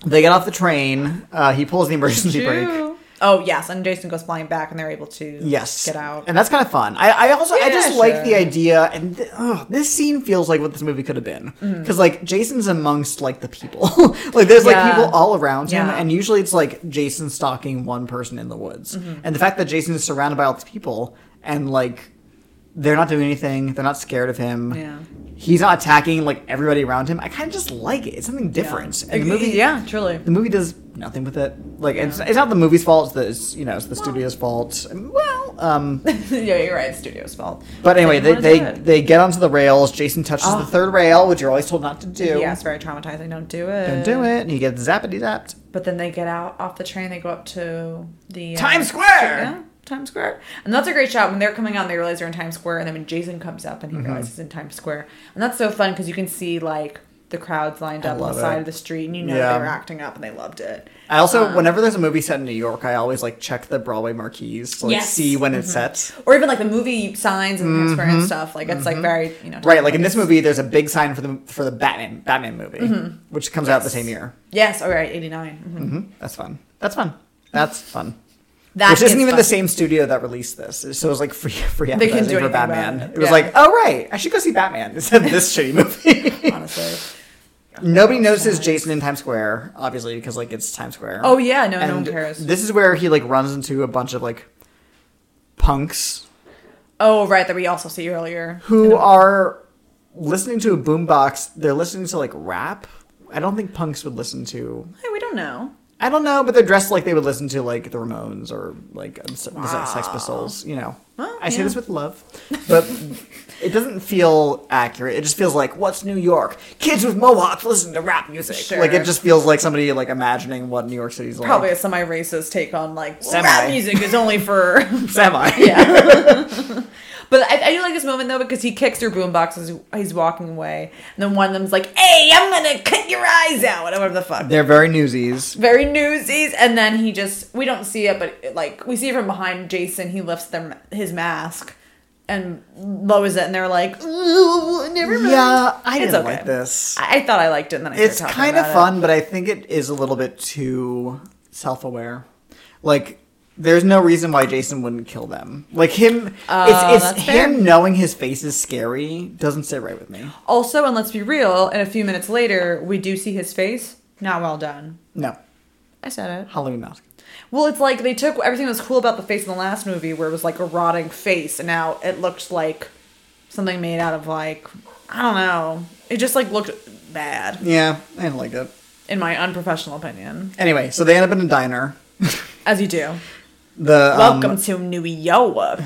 Speaker 1: They get off the train. Uh, he pulls the emergency brake.
Speaker 2: True. Oh yes, and Jason goes flying back, and they're able to
Speaker 1: Yes,
Speaker 2: get out.
Speaker 1: and that's kind of fun. I, I also I
Speaker 2: Yeah,
Speaker 1: just like the
Speaker 2: sure.
Speaker 1: idea, and th- ugh, this scene feels like what this movie could have been
Speaker 2: Mm.
Speaker 1: because like Jason's amongst like the people, like there's
Speaker 2: Yeah.
Speaker 1: like people all around him,
Speaker 2: Yeah.
Speaker 1: and usually it's like Jason stalking one person in the woods,
Speaker 2: Mm-hmm.
Speaker 1: and the fact that Jason is surrounded by all these people and like they're not doing anything, they're not scared of him,
Speaker 2: Yeah.
Speaker 1: he's not attacking like everybody around him. I kind of just like it. It's something different,
Speaker 2: Yeah.
Speaker 1: and the movie
Speaker 2: Yeah. Truly.
Speaker 1: the movie does nothing with it. Like it's, it's not the movie's fault. It's the it's, you know it's the studio's fault. Well, um,
Speaker 2: yeah, you're right. It's studio's fault.
Speaker 1: but anyway, they
Speaker 2: didn't
Speaker 1: they,
Speaker 2: wanna do it.
Speaker 1: they get onto the rails. Jason touches
Speaker 2: Oh.
Speaker 1: the third rail, which you're always told not to do.
Speaker 2: yeah, it's very traumatizing. Don't do it.
Speaker 1: Don't do it, and you get zappity zapped.
Speaker 2: But then they get out off the train. They go up to the uh,
Speaker 1: Times Square!
Speaker 2: Yeah, Times Square, and that's a great shot. When they're coming out, and they realize they're in Times Square, and then when Jason comes up
Speaker 1: Mm-hmm.
Speaker 2: and he realizes he's in Times Square, and that's so fun because you can see like the crowds lined up on
Speaker 1: love
Speaker 2: the side
Speaker 1: it.
Speaker 2: of the street, and you know
Speaker 1: Yeah.
Speaker 2: they were acting up, and they loved it.
Speaker 1: I also,
Speaker 2: Um,
Speaker 1: whenever there's a movie set in New York, I always like check the Broadway marquees to like
Speaker 2: Yes. Mm-hmm.
Speaker 1: see when it's set.
Speaker 2: Or even like the movie signs and Times Square and stuff. Like it's like very you know
Speaker 1: Mm-hmm. Right, like in this
Speaker 2: timeless.
Speaker 1: movie, there's a big sign for the for the Batman Batman movie, which comes out the same year.
Speaker 2: Mm-hmm. Yes, all right, eighty Mm-hmm.
Speaker 1: hmm That's fun. That's fun. That's fun.
Speaker 2: That
Speaker 1: Which isn't
Speaker 2: is
Speaker 1: even
Speaker 2: fun.
Speaker 1: the same studio that released this, so it was like free free
Speaker 2: They couldn't
Speaker 1: advertising
Speaker 2: do
Speaker 1: for
Speaker 2: anything about
Speaker 1: Batman.
Speaker 2: it.
Speaker 1: It, was
Speaker 2: Yeah.
Speaker 1: like, oh right, I should go see Batman instead of this shitty movie.
Speaker 2: Honestly,
Speaker 1: Nobody notices Jason in Times Square, obviously, because like it's Times Square.
Speaker 2: Oh, yeah, no, no one cares.
Speaker 1: This is where he like runs into a bunch of like punks
Speaker 2: oh right, that we also see earlier.
Speaker 1: who are listening to a boombox. They're listening to like rap. I don't think punks would listen to.
Speaker 2: Hey, we don't know.
Speaker 1: I don't know, but they're dressed like they would listen to like the Ramones or like um, Se- the Sex Pistols. You know,
Speaker 2: Well,
Speaker 1: I say
Speaker 2: yeah.
Speaker 1: this with love, but it doesn't feel accurate. It just feels like what's New York? Kids with mohawks listen to rap music.
Speaker 2: Sure.
Speaker 1: Like it just feels like somebody like imagining what New York City's like.
Speaker 2: Probably a semi-racist take on like well,
Speaker 1: Semi.
Speaker 2: rap music is only for
Speaker 1: semi.
Speaker 2: Yeah. but I, I do like this moment though because he kicks through boombox as he's walking away, and then one of them's like, "Hey, I'm gonna cut your eyes out," or whatever the fuck.
Speaker 1: They're very newsies.
Speaker 2: Very newsies, and then he just we don't see it, but like we see it from behind Jason. He lifts their his mask. and Lo is it, and they're like, "Ooh, never mind."
Speaker 1: Yeah, I
Speaker 2: It's
Speaker 1: didn't
Speaker 2: okay.
Speaker 1: like this.
Speaker 2: I, I thought I liked it, and then I
Speaker 1: it's
Speaker 2: started talking
Speaker 1: kind of
Speaker 2: about it.
Speaker 1: fun, but I think it is a little bit too self-aware. Like, there's no reason why Jason wouldn't kill them. Like him,
Speaker 2: Oh,
Speaker 1: it's,
Speaker 2: that's
Speaker 1: it's
Speaker 2: fair.
Speaker 1: him knowing his face is scary doesn't sit right with me.
Speaker 2: Also, and let's be real, and a few minutes later, we do see his face. Not well done.
Speaker 1: No,
Speaker 2: I said it.
Speaker 1: Halloween mask.
Speaker 2: Well, it's like they took everything that was cool about the face in the last movie, where it was like a rotting face, and now it looked like something made out of like I don't know. It just like looked bad,
Speaker 1: Yeah, I didn't like it.
Speaker 2: in my unprofessional opinion.
Speaker 1: Anyway, so they end up in a diner.
Speaker 2: As you do.
Speaker 1: The um,
Speaker 2: Welcome to New York.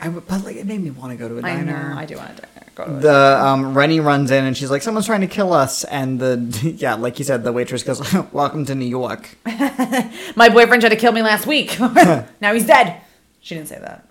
Speaker 1: I w but like it made me want to go to a
Speaker 2: I
Speaker 1: diner.
Speaker 2: know. I do want to go to it.
Speaker 1: The um, Rennie runs in and she's like, "Someone's trying to kill us." And the yeah, like you said, the waitress goes, "Welcome to New York."
Speaker 2: My boyfriend tried to kill me last week. now he's dead. She didn't say that.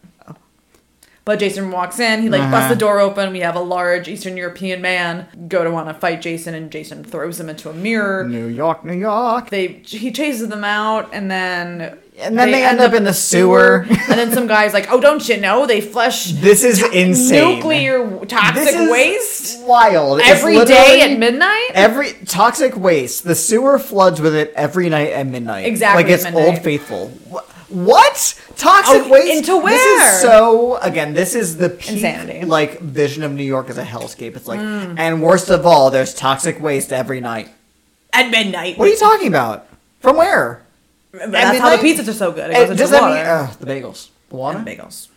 Speaker 2: But Jason walks in. He like busts
Speaker 1: Uh-huh.
Speaker 2: the door open. We have a large Eastern European man go to want to fight Jason, and Jason throws him into a mirror.
Speaker 1: New York, New York.
Speaker 2: they he chases them out and then
Speaker 1: And then they end up in the sewer.
Speaker 2: and then some guy's like oh don't you know they flush
Speaker 1: This is insane.
Speaker 2: nuclear
Speaker 1: This
Speaker 2: toxic
Speaker 1: is
Speaker 2: waste
Speaker 1: Wild. It's
Speaker 2: every
Speaker 1: literally-
Speaker 2: day at midnight
Speaker 1: Every toxic waste. The sewer floods with it every night at midnight.
Speaker 2: Exactly
Speaker 1: Like it's
Speaker 2: at midnight.
Speaker 1: Old Faithful. Wh- What toxic
Speaker 2: Oh,
Speaker 1: waste?
Speaker 2: into
Speaker 1: This
Speaker 2: where?
Speaker 1: is so again. This is the peak,
Speaker 2: Insanity. Mm.
Speaker 1: Like vision of New York as a hellscape. It's like, and worst of all, there's toxic waste every night.
Speaker 2: at midnight
Speaker 1: What are you talking about? From where?
Speaker 2: that's
Speaker 1: at
Speaker 2: how the
Speaker 1: midnight?
Speaker 2: pizzas are so good it
Speaker 1: Uh,
Speaker 2: goes into
Speaker 1: does that
Speaker 2: water
Speaker 1: mean Oh. uh, the bagels? The water.
Speaker 2: and bagels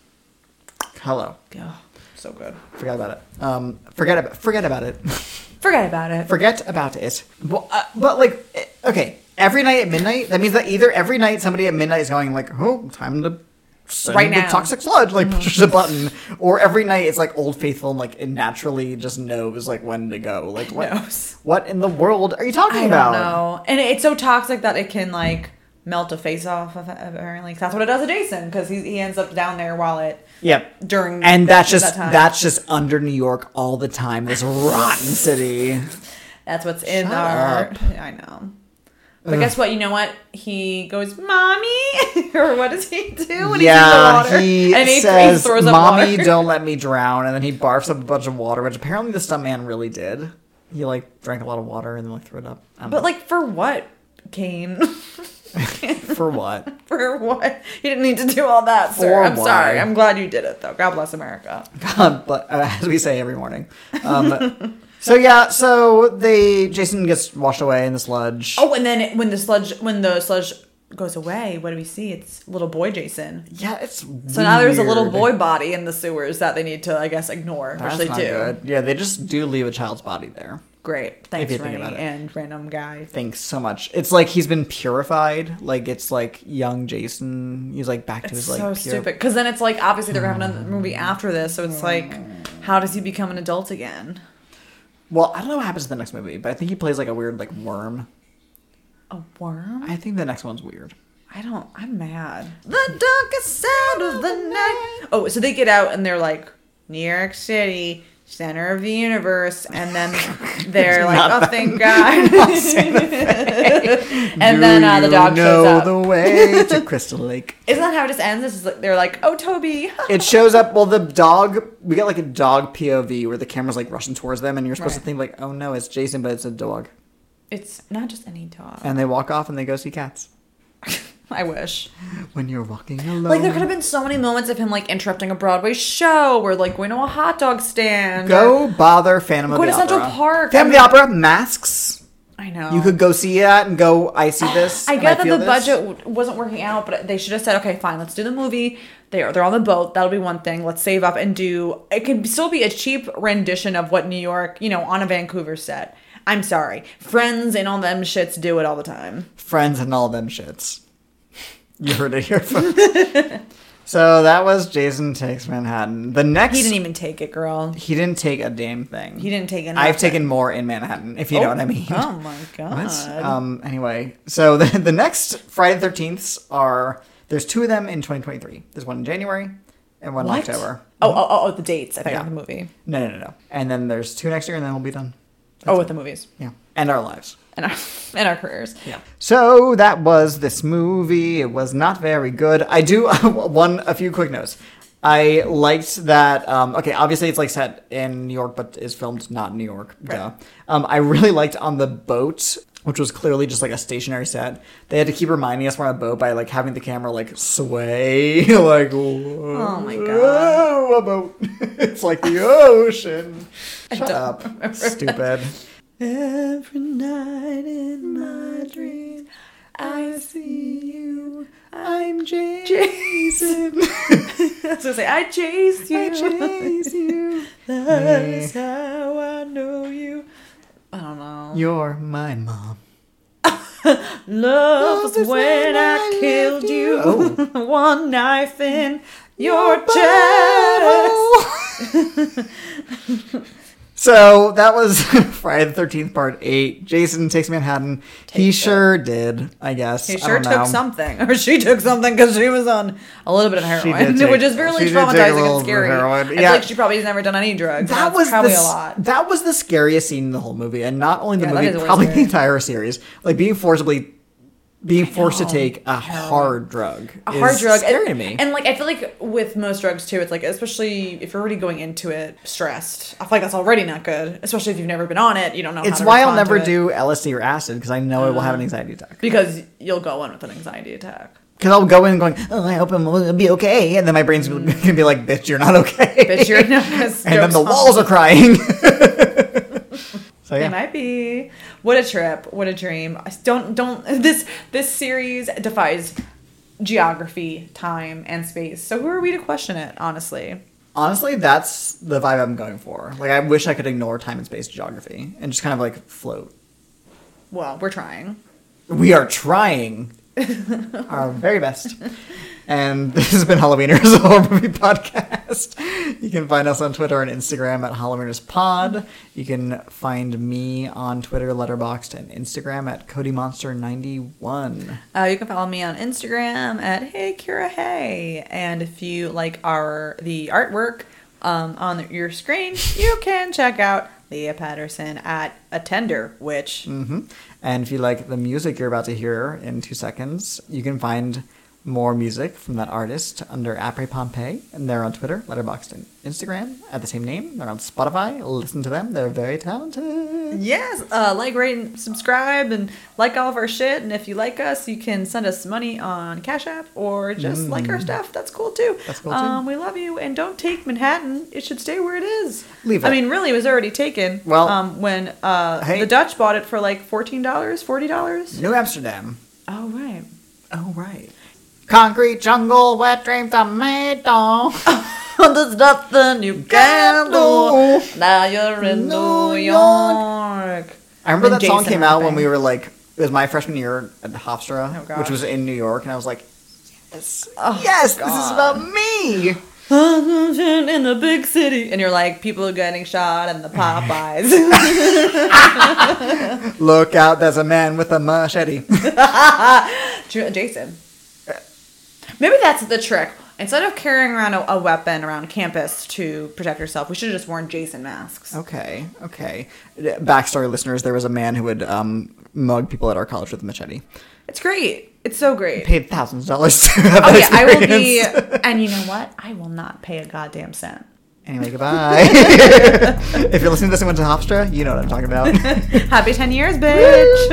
Speaker 1: Hello.
Speaker 2: oh, so good
Speaker 1: Forget about it. Um, forget about forget about it.
Speaker 2: forget about it
Speaker 1: forget about it. Well, uh, but like, eh, okay, every night at midnight. That means that either every night somebody at midnight is going like, oh, time to send
Speaker 2: Right
Speaker 1: the
Speaker 2: now. Mm-hmm.
Speaker 1: toxic sludge, like pushes a button, or every night it's like Old Faithful, and like it naturally just knows like when to go. Like what?
Speaker 2: Knows.
Speaker 1: What in the world are you talking
Speaker 2: I don't
Speaker 1: about?
Speaker 2: know and it's so toxic that it can like melt a face off of- apparently that's what it does to Jason because he, he ends up down there while it
Speaker 1: Yep.
Speaker 2: during
Speaker 1: And that's
Speaker 2: that
Speaker 1: just
Speaker 2: time.
Speaker 1: that's just under New York all the time. This rotten city.
Speaker 2: That's what's in
Speaker 1: Shut
Speaker 2: our.
Speaker 1: up.
Speaker 2: I know. But guess what? You know what? He goes, "Mommy," or what does he do when he's in the water?
Speaker 1: he
Speaker 2: and he, he
Speaker 1: says,
Speaker 2: throws up
Speaker 1: "Mommy,
Speaker 2: water.
Speaker 1: don't let me drown," and then he barfs up a bunch of water, which apparently the stuntman really did. He like drank a lot of water and then like threw it up. I don't
Speaker 2: But like, for what, Kane?
Speaker 1: know. for what?
Speaker 2: for what? You didn't need to do all that, sir.
Speaker 1: For
Speaker 2: I'm
Speaker 1: what?
Speaker 2: sorry. I'm glad you did it, though. God bless America.
Speaker 1: God, but uh, as we say every morning. Um, so yeah, so they Jason gets washed away in the sludge.
Speaker 2: Oh, and then when the sludge, when the sludge goes away, what do we see? It's little boy Jason.
Speaker 1: yeah, it's
Speaker 2: So now there's a little boy body in the sewers that they need to, I guess, ignore,
Speaker 1: That's
Speaker 2: which they
Speaker 1: not
Speaker 2: do.
Speaker 1: good. Yeah, they just do leave a child's body there.
Speaker 2: Great.
Speaker 1: If
Speaker 2: Thanks,
Speaker 1: you think
Speaker 2: Rennie,
Speaker 1: about it.
Speaker 2: and random guy.
Speaker 1: Thanks so much. It's like he's been purified. Like it's like young Jason. He's like back to his like
Speaker 2: so
Speaker 1: pure
Speaker 2: stupid because then it's like obviously they're gonna have another movie after this so it's like how does he become an adult again
Speaker 1: Well, I don't know what happens in the next movie, but I think he plays like a weird like worm.
Speaker 2: a worm
Speaker 1: I think the next one's weird.
Speaker 2: i don't i'm mad the darkest side of the night oh so they get out and they're like new york city center of the universe and then they're like oh thank god and then uh, the dog shows up
Speaker 1: the way to Crystal Lake.
Speaker 2: isn't that how it just ends this is like they're like oh toby
Speaker 1: It shows up. Well, the dog. We got like a dog POV where the camera's like rushing towards them, and you're supposed to
Speaker 2: Right.
Speaker 1: think like, oh no, it's Jason, but it's a dog.
Speaker 2: it's not just any dog
Speaker 1: And they walk off and they go see cats.
Speaker 2: i wish
Speaker 1: When you're walking alone,
Speaker 2: Like there could have been so many moments of him like interrupting a Broadway show or like going to a hot dog stand. or-
Speaker 1: go bother Phantom of
Speaker 2: Go
Speaker 1: the
Speaker 2: to Central
Speaker 1: Opera.
Speaker 2: Park.
Speaker 1: Phantom of the Opera masks.
Speaker 2: I know.
Speaker 1: You could go see that and go. I see this.
Speaker 2: I
Speaker 1: and
Speaker 2: get that
Speaker 1: feel
Speaker 2: the
Speaker 1: this."
Speaker 2: budget w- wasn't working out, but they should have said, "Okay, fine, let's do the movie. They are they're on the boat. That'll be one thing. Let's save up and do. It could still be a cheap rendition of what New York, you know, on a Vancouver set. I'm sorry, Friends and all them shits do it all the time.
Speaker 1: friends and all them shits. You heard it here first. so that was Jason Takes Manhattan. The next
Speaker 2: He didn't even take it, girl.
Speaker 1: he didn't take a damn thing.
Speaker 2: He didn't take it.
Speaker 1: I've taken more in Manhattan, if you know what I mean.
Speaker 2: Oh my god.
Speaker 1: What? Um, anyway, so the, the next Friday the 13ths are there's two of them in 2023. There's one in January and one in
Speaker 2: What?
Speaker 1: October.
Speaker 2: Oh, oh, oh, oh, the dates. I think
Speaker 1: Yeah.
Speaker 2: of the movie.
Speaker 1: No, no, no, no. And then there's two next year, and then we'll be done.
Speaker 2: oh, with the movies.
Speaker 1: Yeah. And our lives.
Speaker 2: and our and our careers. Yeah.
Speaker 1: So that was this movie. It was not very good. I do one a few quick notes. I liked that. Um, okay, obviously it's like set in New York, but is filmed not in New York. Duh. Um, I really liked on the boat, which was clearly just like a stationary set. They had to keep reminding us we're on a boat by like having the camera like sway, like oh
Speaker 2: my
Speaker 1: a boat. it's like the ocean. Shut
Speaker 2: don't
Speaker 1: up, stupid. Every night in my dream, I see you. I'm Jason.
Speaker 2: So say, I chased you.
Speaker 1: I chase you.
Speaker 2: That is how I know you. I don't know.
Speaker 1: You're my mom.
Speaker 2: Love was
Speaker 1: is
Speaker 2: when,
Speaker 1: when
Speaker 2: I,
Speaker 1: I
Speaker 2: killed
Speaker 1: left
Speaker 2: you.
Speaker 1: you. Oh.
Speaker 2: One knife in your chest.
Speaker 1: so that was Friday the Thirteenth Part Eight. Jason takes Manhattan. he
Speaker 2: Takes it.
Speaker 1: sure did. I guess
Speaker 2: He
Speaker 1: I
Speaker 2: sure
Speaker 1: don't
Speaker 2: took
Speaker 1: know.
Speaker 2: something, or she took something because she was on a little bit of
Speaker 1: She did
Speaker 2: heroin,
Speaker 1: take-
Speaker 2: which is really
Speaker 1: she did take a
Speaker 2: traumatizing
Speaker 1: little
Speaker 2: and scary.
Speaker 1: bit of
Speaker 2: I
Speaker 1: heroin.
Speaker 2: feel
Speaker 1: Yeah.
Speaker 2: like she probably has never done any drugs. and
Speaker 1: That
Speaker 2: that's
Speaker 1: was
Speaker 2: probably
Speaker 1: the,
Speaker 2: a
Speaker 1: s-
Speaker 2: lot.
Speaker 1: That was the scariest scene in the whole movie, and not only the
Speaker 2: Yeah, that is
Speaker 1: movie,
Speaker 2: always
Speaker 1: probably the
Speaker 2: scary.
Speaker 1: entire series. Like being forcibly, being forced to
Speaker 2: know.
Speaker 1: take a hard drug.
Speaker 2: a hard drug
Speaker 1: Scary to
Speaker 2: and,
Speaker 1: me.
Speaker 2: and like i feel like with most drugs too it's like especially if you're already going into it stressed i feel like that's already not good especially if you've never been on it you don't know
Speaker 1: it's
Speaker 2: how to
Speaker 1: why I'll
Speaker 2: respond to
Speaker 1: never
Speaker 2: it,
Speaker 1: do LSD or acid because I know I will
Speaker 2: Uh.
Speaker 1: have an anxiety attack.
Speaker 2: because you'll go in with an anxiety attack
Speaker 1: Because I'll go in going, oh, I hope I'm will be okay, and then my brain's gonna be like, bitch, you're not okay.
Speaker 2: Mm. bitch you're no, 'cause
Speaker 1: and then the
Speaker 2: jokes on-
Speaker 1: walls are crying. so
Speaker 2: They
Speaker 1: yeah,
Speaker 2: might be what a trip what a dream I s- don't don't this this series defies geography time and space so who are we to question it honestly
Speaker 1: honestly, that's the vibe I'm going for. Like, I wish I could ignore time and space geography and just kind of like float.
Speaker 2: well we're trying
Speaker 1: We are trying our very best. And this has been Halloweeners, a horror movie podcast. You can find us on Twitter and Instagram at Halloweeners Pod. You can find me on Twitter, Letterboxd, and Instagram at CodyMonster91.
Speaker 2: Uh, you can follow me on Instagram at Hey Kira Hey, and if you like our the artwork um, on your screen, you can check out Leah Patterson at Attender, which
Speaker 1: Mhm. And if you like the music you're about to hear in two seconds, you can find more music from that artist under Apre Pompeii, and they're on Twitter, Letterboxd, and Instagram at the same name. They're on Spotify. Listen to them; they're very talented.
Speaker 2: yes, uh, like, rate, and subscribe, and like all of our shit. And if you like us, you can send us money on Cash App or just like our stuff. That's cool too.
Speaker 1: Mm. That's cool, too.
Speaker 2: Um, we love you, and don't take Manhattan. It should stay where it is.
Speaker 1: Leave
Speaker 2: I
Speaker 1: it.
Speaker 2: mean, really, it was already taken.
Speaker 1: Well,
Speaker 2: um, when uh,
Speaker 1: hey.
Speaker 2: the Dutch bought it for like fourteen dollars, forty dollars.
Speaker 1: New Amsterdam.
Speaker 2: Oh right.
Speaker 1: Oh right. Concrete jungle, wet dream tomato.
Speaker 2: There's nothing you can do. Now you're in
Speaker 1: New
Speaker 2: New York.
Speaker 1: I remember
Speaker 2: When
Speaker 1: that song
Speaker 2: Jason
Speaker 1: came out when
Speaker 2: rapping.
Speaker 1: we were like, it was my freshman year at the Hofstra,
Speaker 2: Oh,
Speaker 1: which
Speaker 2: gosh.
Speaker 1: was in New York, and I was like, yes,
Speaker 2: Oh,
Speaker 1: yes, this is
Speaker 2: God.
Speaker 1: about me.
Speaker 2: In the big city. And you're like, people are getting shot in the Popeyes.
Speaker 1: Look out, there's a man with a machete.
Speaker 2: J- uh, Jason. Maybe that's the trick. Instead of carrying around a, a weapon around campus to protect yourself, we should have just worn Jason
Speaker 1: Oh.
Speaker 2: masks.
Speaker 1: okay, okay. Backstory listeners, there was a man who would um, mug people at our college with a machete.
Speaker 2: It's great. It's so great.
Speaker 1: Paid thousands of dollars to have
Speaker 2: Oh
Speaker 1: that
Speaker 2: yeah, I will be.
Speaker 1: experience.
Speaker 2: And you know what? I will not pay a goddamn cent.
Speaker 1: Anyway, goodbye. if you're listening to this and went to Hofstra, you know what I'm talking about.
Speaker 2: Happy 10 years, bitch.